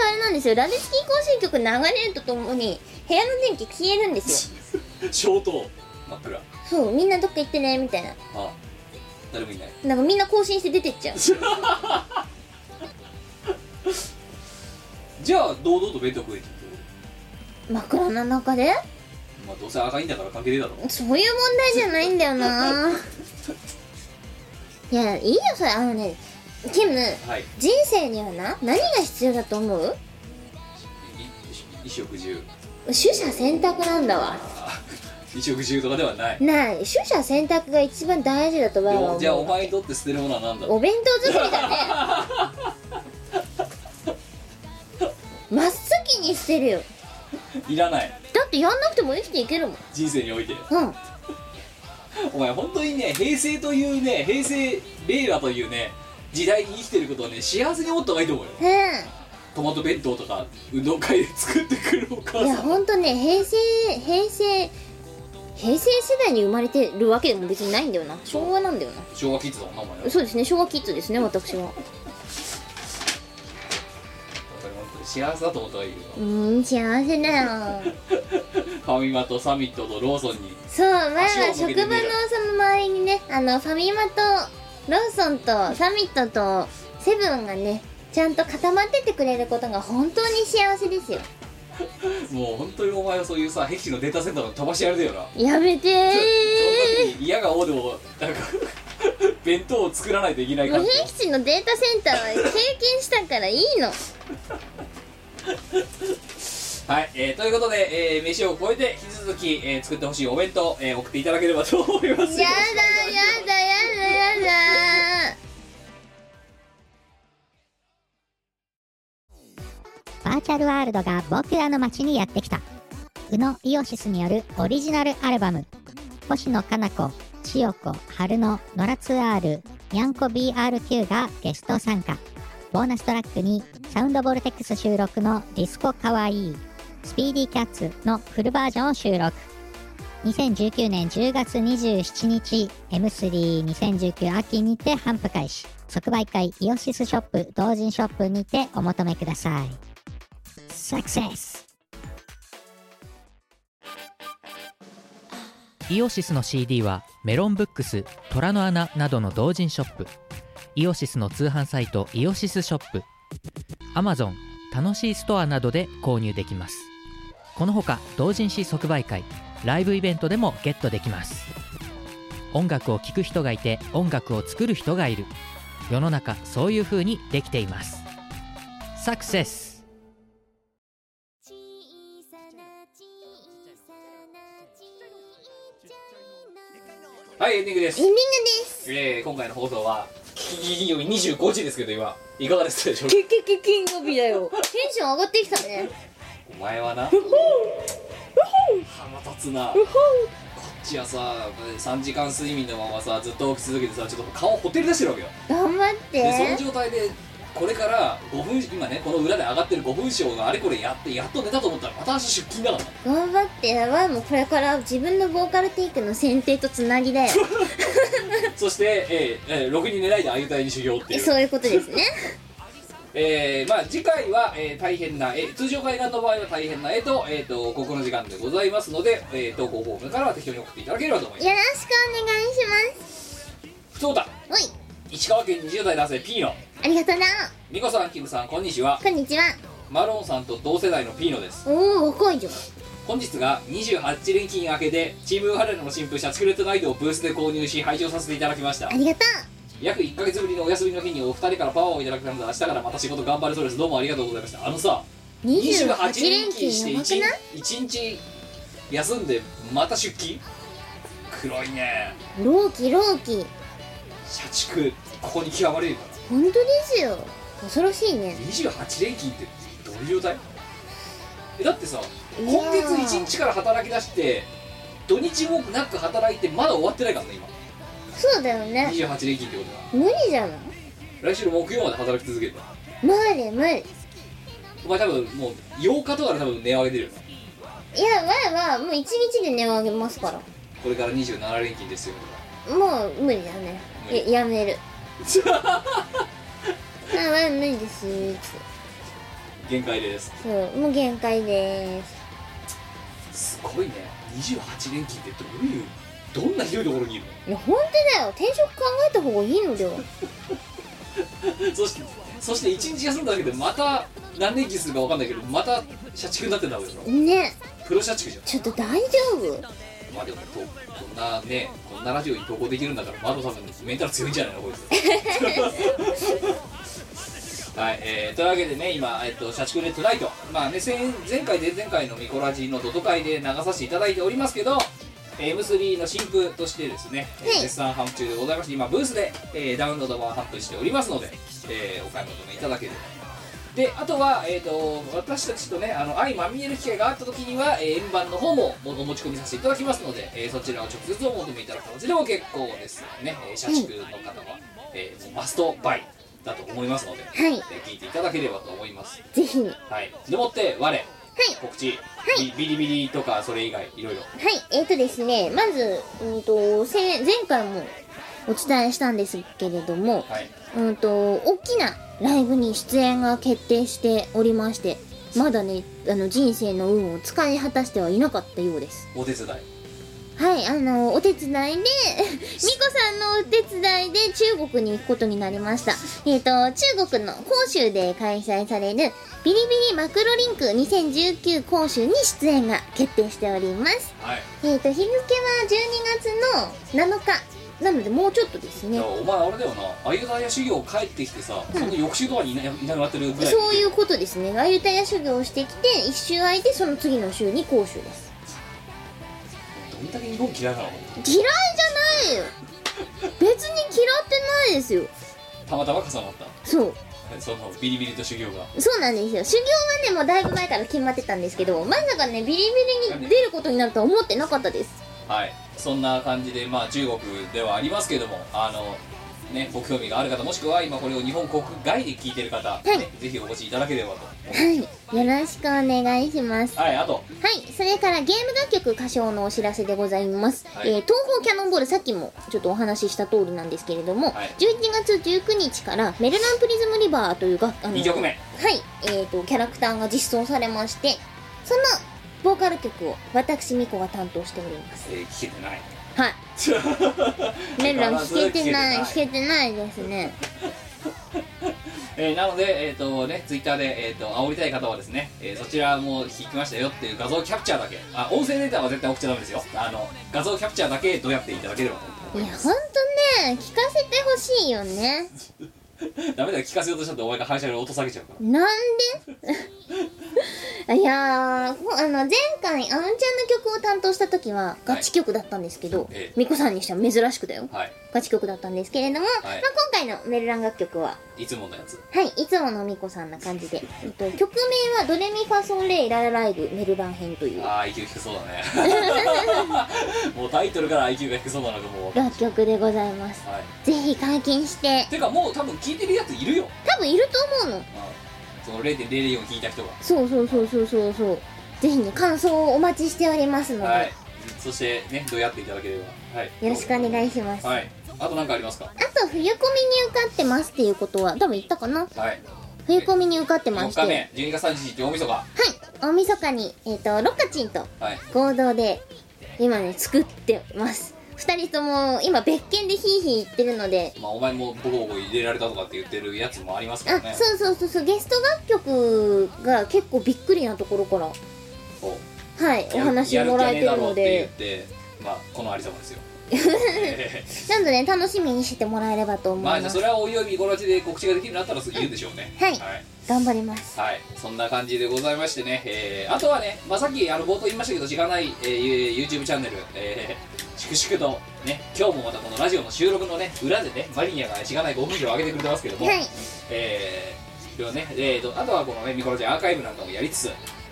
Speaker 2: あれなんですよラデスキー行進曲流れるとともに部屋の電気消えるんです よ
Speaker 1: 消灯真っ暗
Speaker 2: そうみんなどっか行ってねみたいな
Speaker 1: あ誰もい ない
Speaker 2: なんかみんな更新して出てっちゃう
Speaker 1: じゃあ堂々と弁当食えって
Speaker 2: 枕の中で
Speaker 1: まあどうせ赤いんだから関係ねえだろ
Speaker 2: そういう問題じゃないんだよな いやいいよそれあのねキム
Speaker 1: はい
Speaker 2: 人生にはな何が必要だと思う
Speaker 1: いい衣食住
Speaker 2: 取捨選択なんだわ
Speaker 1: 衣食住とかではない
Speaker 2: ない取捨選択が一番大事だと
Speaker 1: で
Speaker 2: 我は思う
Speaker 1: じゃあお前にとって捨てるものは何だ
Speaker 2: お弁当作 りだね真っ先に捨てるよ
Speaker 1: いらない
Speaker 2: だってやんなくても生きていけるもん
Speaker 1: 人生において
Speaker 2: うん
Speaker 1: お前本当にね平成というね平成令和というね時代に生きてることをね幸せに思った方がいいと思うよ
Speaker 2: う
Speaker 1: トマト弁当とか運動会で作ってくるお母
Speaker 2: んいや
Speaker 1: さん
Speaker 2: ほんとね平成平成平成世代に生まれてるわけでも別にないんだよな昭和なんだよな
Speaker 1: 昭和キッズだもんなお前な
Speaker 2: そうですね昭和キッズですね私は
Speaker 1: 幸せだと思った方がいいけど
Speaker 2: うーん幸せだよ
Speaker 1: ファミマとサミットとローソンに
Speaker 2: そう前
Speaker 1: 足を
Speaker 2: は
Speaker 1: 向
Speaker 2: 職
Speaker 1: け
Speaker 2: 場
Speaker 1: て
Speaker 2: の
Speaker 1: みる
Speaker 2: その周りにねあのファミマとローソンとサミットとセブンがねちゃんと固まっててくれることが本当に幸せですよ
Speaker 1: もう本当にお前はそういうさ僻地のデータセンターの飛ばしてやるだよな
Speaker 2: やめて
Speaker 1: その
Speaker 2: ー
Speaker 1: 時に嫌がおうでもなんか 弁当を作らないといけない
Speaker 2: も
Speaker 1: 感
Speaker 2: う
Speaker 1: じ
Speaker 2: 平吉のデータセンターは経験したからいいの
Speaker 1: はい、えーということで、えー飯を超えて引き続き、えー作ってほしいお弁当、えー送っていただければと思います
Speaker 2: やだやだやだやだ
Speaker 12: バーチャルワールドが僕らの街にやってきた宇野イオシスによるオリジナルアルバム星野かな子千代子春野野良ツアールにゃんこ BRQ がゲスト参加ボーナストラックにサウンドボルテックス収録の「ディスコかわいい」スピーディーキャッツのフルバージョンを収録2019年10月27日 M32019 秋にて販布開始即売会イオシスショップ同人ショップにてお求めくださいサクセス
Speaker 6: イオシスの CD はメロンブックス虎の穴などの同人ショップイオシスの通販サイトイオシスショップ Amazon 楽しいストアなどで購入できますこのほか同人誌即売会ライブイベントでもゲットできます音楽を聴く人がいて音楽を作る人がいる世の中そういう風にできていますサクセス
Speaker 2: 小さな小さなちっちゃいの
Speaker 1: はいエンディングです
Speaker 2: エンディングです
Speaker 1: えー、今回の放送は金曜日25時ですけど今いかがでしたでしょうか
Speaker 3: ケケケ金曜日だよ
Speaker 2: テンション上がってきたね
Speaker 1: お前はな腹立つなこっちはさ3時間睡眠のままさずっと起き続けてさちょっと顔ほてり出してるわけよ
Speaker 2: 頑張っ
Speaker 1: でその
Speaker 2: て
Speaker 1: 状態でこれから5分今ねこの裏で上がってる5分章があれこれやってやっと寝たと思ったらまた明日出勤だからな
Speaker 2: 頑張ってやばいもうこれから自分のボーカルテイクの選定とつなぎだよ
Speaker 1: そして、えーえー、ろくに寝ないであゆたいに修行っていう
Speaker 2: そういうことで すね
Speaker 1: えーまあ、次回は、えー大変な、えー通常会館の場合は大変な絵と,、えー、とここの時間でございますので、えー、投稿フォームからは適当に送っていただければと思い
Speaker 2: よろ
Speaker 1: ま
Speaker 2: しくお願いします
Speaker 1: すそうだ
Speaker 2: おい
Speaker 1: 市川県20代男性 P の
Speaker 2: ありがとうな
Speaker 1: 美子さんキムさんこんにちは
Speaker 2: こんにちは
Speaker 1: マロンさんと同世代の P のです
Speaker 2: おお若いじゃん
Speaker 1: 本日が28連勤明けでチームハレルの新婦シャチクレットナイトをブースで購入し拝聴させていただきました
Speaker 2: ありがと
Speaker 1: 約1ヶ月ぶりのお休みの日にお二人からパワーをいただくためで明日からまた仕事頑張れそうですどうもありがとうございましたあのさ
Speaker 2: う28連勤
Speaker 1: して
Speaker 2: やばく
Speaker 1: 1
Speaker 2: ない
Speaker 1: 日日休んでまた出勤黒いね
Speaker 2: 老期老期
Speaker 1: 社畜ここに極まれるか
Speaker 2: 本当ですよ恐ろしいね
Speaker 1: ら28連勤ってどういう状態えだってさ
Speaker 2: い
Speaker 1: 今
Speaker 2: やー
Speaker 1: 月1日から働き出して土日もなく働いてまだ終わってないからね
Speaker 2: そうだよ
Speaker 1: 今
Speaker 2: ね
Speaker 1: 28連勤ってことは
Speaker 2: 無理じゃない
Speaker 1: 来週の木曜まで働き続ける
Speaker 2: 無理無理
Speaker 1: お前多分もう8日とかで多分値上げてるよ
Speaker 2: いや前はもう一日で値を上げますから
Speaker 1: これから27連勤ですよ
Speaker 2: もう無理だね
Speaker 1: 無理
Speaker 2: えやめるあわ無理ですって
Speaker 1: 限界です
Speaker 2: そうもう限界です
Speaker 1: すごいね28連勤ってどういうどんなひどいところにいる
Speaker 2: いや本当だよ転職考えた方がいいのでは
Speaker 1: のそしてそして1日休んだだけでまた何連勤するか分かんないけどまた社畜になってんだわけだろ
Speaker 2: ね
Speaker 1: プロ社畜じゃん
Speaker 2: ちょっと大丈夫
Speaker 1: まあでもとこんなねこんなラジオに投稿できるんだからマドさんのメンタル強いんじゃないのこいつはい、えー、というわけでね今、えっと社畜ネットライトまあね先前回前々回のミコラジのドド会で流させていただいておりますけどえー M3 の新婦としてですね、えー
Speaker 2: はい
Speaker 1: 絶賛販売中でございまして今ブースで、えーダウンロード版販売しておりますので、えーお買い求めいただければであとは、えー、と私たちとねあの相まみえる機会があった時には、えー円盤の方もお持ち込みさせていただきますので、えーそちらを直接お求めいただく形でも結構ですね、えー社畜の方は、えーもうマストバイだと思いますので、
Speaker 2: はい
Speaker 1: えー聞いていただければと思います
Speaker 2: ぜひはい
Speaker 1: はいでもって我告知、ビビリビリとかそれ以外いろいろ
Speaker 2: はい、えっ、とですね、まず、うんと、せん前回もお伝えしたんですけれども、
Speaker 1: はい
Speaker 2: うんと、大きなライブに出演が決定しておりまして、まだね、あの、人生の運を使い果たしてはいなかったようです。
Speaker 1: お手伝い
Speaker 2: はい、あの、お手伝いで、ミコさんのお手伝いで中国に行くことになりました。えっ、と、中国の杭州で開催される、ビリビリマクロリンク2019杭州に出演が決定しております。
Speaker 1: はい
Speaker 2: えー、と日付は12月の7日なのでもうちょっとです
Speaker 1: い
Speaker 2: ね
Speaker 1: やお前あれだよなアユダヤ修行帰ってきてさ、その翌週とかにいないいなくなってるぐらい
Speaker 2: そういうことですねあゆたや修行をしてきて1週空いてその次の週に講習です
Speaker 1: どんだけ日本嫌いなの
Speaker 2: 嫌いじゃないよ別に嫌ってないですよ
Speaker 1: たまたま重なった
Speaker 2: そう
Speaker 1: そのビリビリと修行が
Speaker 2: そうなんですよ修行はねもうだいぶ前から決まってたんですけどまさかねビリビリに出ることになるとは思ってなかったです
Speaker 1: はいそんな感じでまあ中国ではありますけどもあのね、ご興味がある方もしくは今これを日本国外で聞いてる方、
Speaker 2: い
Speaker 1: ねぜひお越しいただければと
Speaker 2: はいよろしくお願いします
Speaker 1: はいあと
Speaker 2: はい、それからゲーム楽曲歌唱のお知らせでございます、
Speaker 1: はい
Speaker 2: えー東方キャノンボールさっきもちょっとお話しした通りなんですけれども、
Speaker 1: はい
Speaker 2: 11月19日からメルランプリズムリバーという楽あの
Speaker 1: 2曲目
Speaker 2: はい、えー、とキャラクターが実装されましてそのボーカル曲を私ミコが担当しております
Speaker 1: えー聞けてない
Speaker 2: はい メルラン
Speaker 1: 弾
Speaker 2: 弾けてない弾
Speaker 1: けてない
Speaker 2: けてないですね
Speaker 1: えーなのでえっ、とねツイッターでえっ、と煽りたい方はですね、えーそちらも聞きましたよっていう画像キャプチャーだけあ音声データは絶対送っちゃダメですよあの画像キャプチャーだけどうやっていただければと思
Speaker 2: いや
Speaker 1: いま
Speaker 2: ほ
Speaker 1: す
Speaker 2: んとね聞かせてほしいよね
Speaker 1: ダメだよ聞かせようとしたってお前が反射で音下げちゃうから
Speaker 2: なんで いやーほあの前回あんちゃんの曲を担当した時はガチ曲だったんですけど、
Speaker 1: ええ
Speaker 2: みこさんにしては珍しくだよ
Speaker 1: はい
Speaker 2: ガチ曲だったんですけれども、まあ、今回のメルラン楽曲はい
Speaker 1: つものやつ
Speaker 2: はいいつものみこさんな感じで、えっと、曲名は「ドレミファソンレイララライブメルラン編」という
Speaker 1: あー IQ 低そうだね もうタイトルから IQ が低そうなのがもう
Speaker 2: 楽曲でございます
Speaker 1: はい
Speaker 2: ぜひ解禁して
Speaker 1: てかもう多分聞いてるやついるよ
Speaker 2: 多分いると思うの
Speaker 1: その0.004聞いた人が
Speaker 2: そうそうそうそうそうそうぜひね感想をお待ちしておりますので、
Speaker 1: はいそしてねどうやっていただければはい
Speaker 2: よろしくお願いします、
Speaker 1: はいあと何かありますか
Speaker 2: あと、冬コミに受かってますっていうことは、多分言ったかな
Speaker 1: はい
Speaker 2: 冬コミに受かってま
Speaker 1: 4
Speaker 2: して。
Speaker 1: 日
Speaker 2: はい。
Speaker 1: 目12月31日大晦日は
Speaker 2: 大晦日に、えっ、と、ロッカチンと
Speaker 1: い
Speaker 2: 合同で、今ね、作ってます。二人とも、今別件でヒーヒー言ってるので、
Speaker 1: まあお前もボコボコ入れられたとかって言ってるやつもありますから
Speaker 2: あ、
Speaker 1: ね
Speaker 2: そうそうそうそう、ゲスト楽曲が結構びっくりなところから、
Speaker 1: そう
Speaker 2: はい、お話もらえて
Speaker 1: やる気はねえ
Speaker 2: るので、
Speaker 1: だろうって言ってまあこのありさまですよええ
Speaker 2: なのでね、楽しみにしてもらえればと思い
Speaker 1: まあじゃ
Speaker 2: ま
Speaker 1: あ
Speaker 2: す
Speaker 1: そ。れはおいおい見殺しで告知ができるようになったら言うでしょうね
Speaker 2: はい
Speaker 1: はい
Speaker 2: 頑張ります。
Speaker 1: はい、そんな感じでございましてね、えーあとはね、まあ、さっきあの冒頭言いましたけど、時間ない、えーゆ YouTube チャンネル、えー、粛々と、ね、今日もまたこのラジオの収録のね、裏でね、マリニアが時間ない5分以上上げてくれてますけども、
Speaker 2: はい。
Speaker 1: えーそれをね、えーと、あとはこのね、ミコロちゃんアーカイブなんかもやりつつ、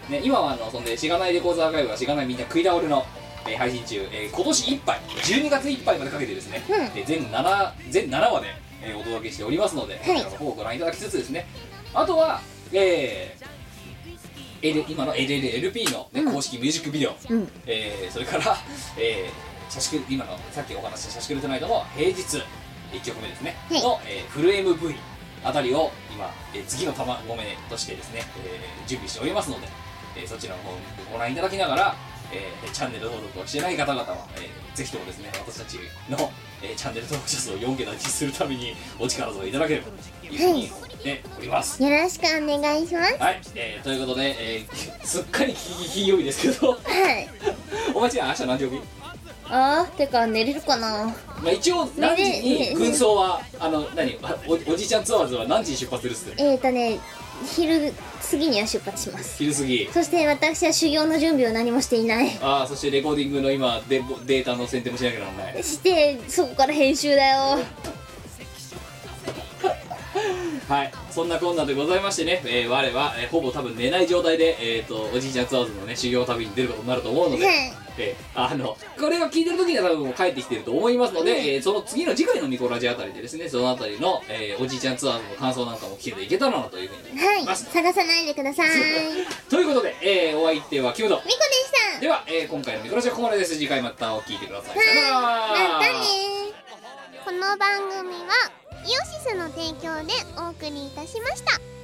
Speaker 1: ね、今はあの、そんで、しがないレコーズアーカイブはしがないみんな食い倒れの、えー配信中、えー今年いっぱい、12月いっぱいまでかけてですね、
Speaker 2: うん
Speaker 1: えー全7、全7話で、えーお届けしておりますので、
Speaker 2: い
Speaker 1: こちらの方をご覧いただきつつですね、あとは、えー L 今の LLLP の、ね
Speaker 2: うん
Speaker 1: 公式ミュージックビデオ、
Speaker 2: うん。
Speaker 1: えーそれから、えー、社畜今のさっきお話しした社畜ルトナイトの平日1曲目ですね、
Speaker 2: はい
Speaker 1: の、えーフル MV あたりを今、えー次の玉込めとしてですね、えー準備しておりますので、えーそちらの方をご覧いただきながら、えーチャンネル登録をしてない方々は、えーぜひともですね私たちの、えーチャンネル登録者数を4桁にするためにお力添えいただければというふうに思っております、
Speaker 2: よろしくお願いします。
Speaker 1: はい、えーということで、えー すっかり金曜日ですけど
Speaker 2: はい。
Speaker 1: お待ちは明日何曜日
Speaker 2: あー、てか寝れるかな
Speaker 1: まあ、一応何時に軍曹はあの何 おおじいちゃんツアーズは何時に出発するっつって
Speaker 2: えーとね昼過ぎには出発します
Speaker 1: 昼過ぎ
Speaker 2: そして私は修行の準備を何もしていない
Speaker 1: ああそしてレコーディングの今デデータの選定もしなきゃならない
Speaker 2: してそこから編集だよ
Speaker 1: はいそんなこんなでございましてね、えー我は、えーほぼ多分寝ない状態で、えー、とおじいちゃんツアーズのね修行旅に出ることになると思うので、
Speaker 2: はい
Speaker 1: えーあのこれを聞いてる時には多分もう帰ってきてると思いますので、えーその次の次回のミコラジあたりでですねそのあたりの、えーおじいちゃんツアーズの感想なんかも聞けていけたらなというふうに思
Speaker 2: はいい
Speaker 1: ます、
Speaker 2: 探さないでく ださいみこ
Speaker 1: ということで、えーお相手はキムド
Speaker 2: でした
Speaker 1: では、えー今回のミコラジはここまでです次回またお聞いてくださいさよなら
Speaker 2: またねこの番組はイオシスの提供でお送りいたしました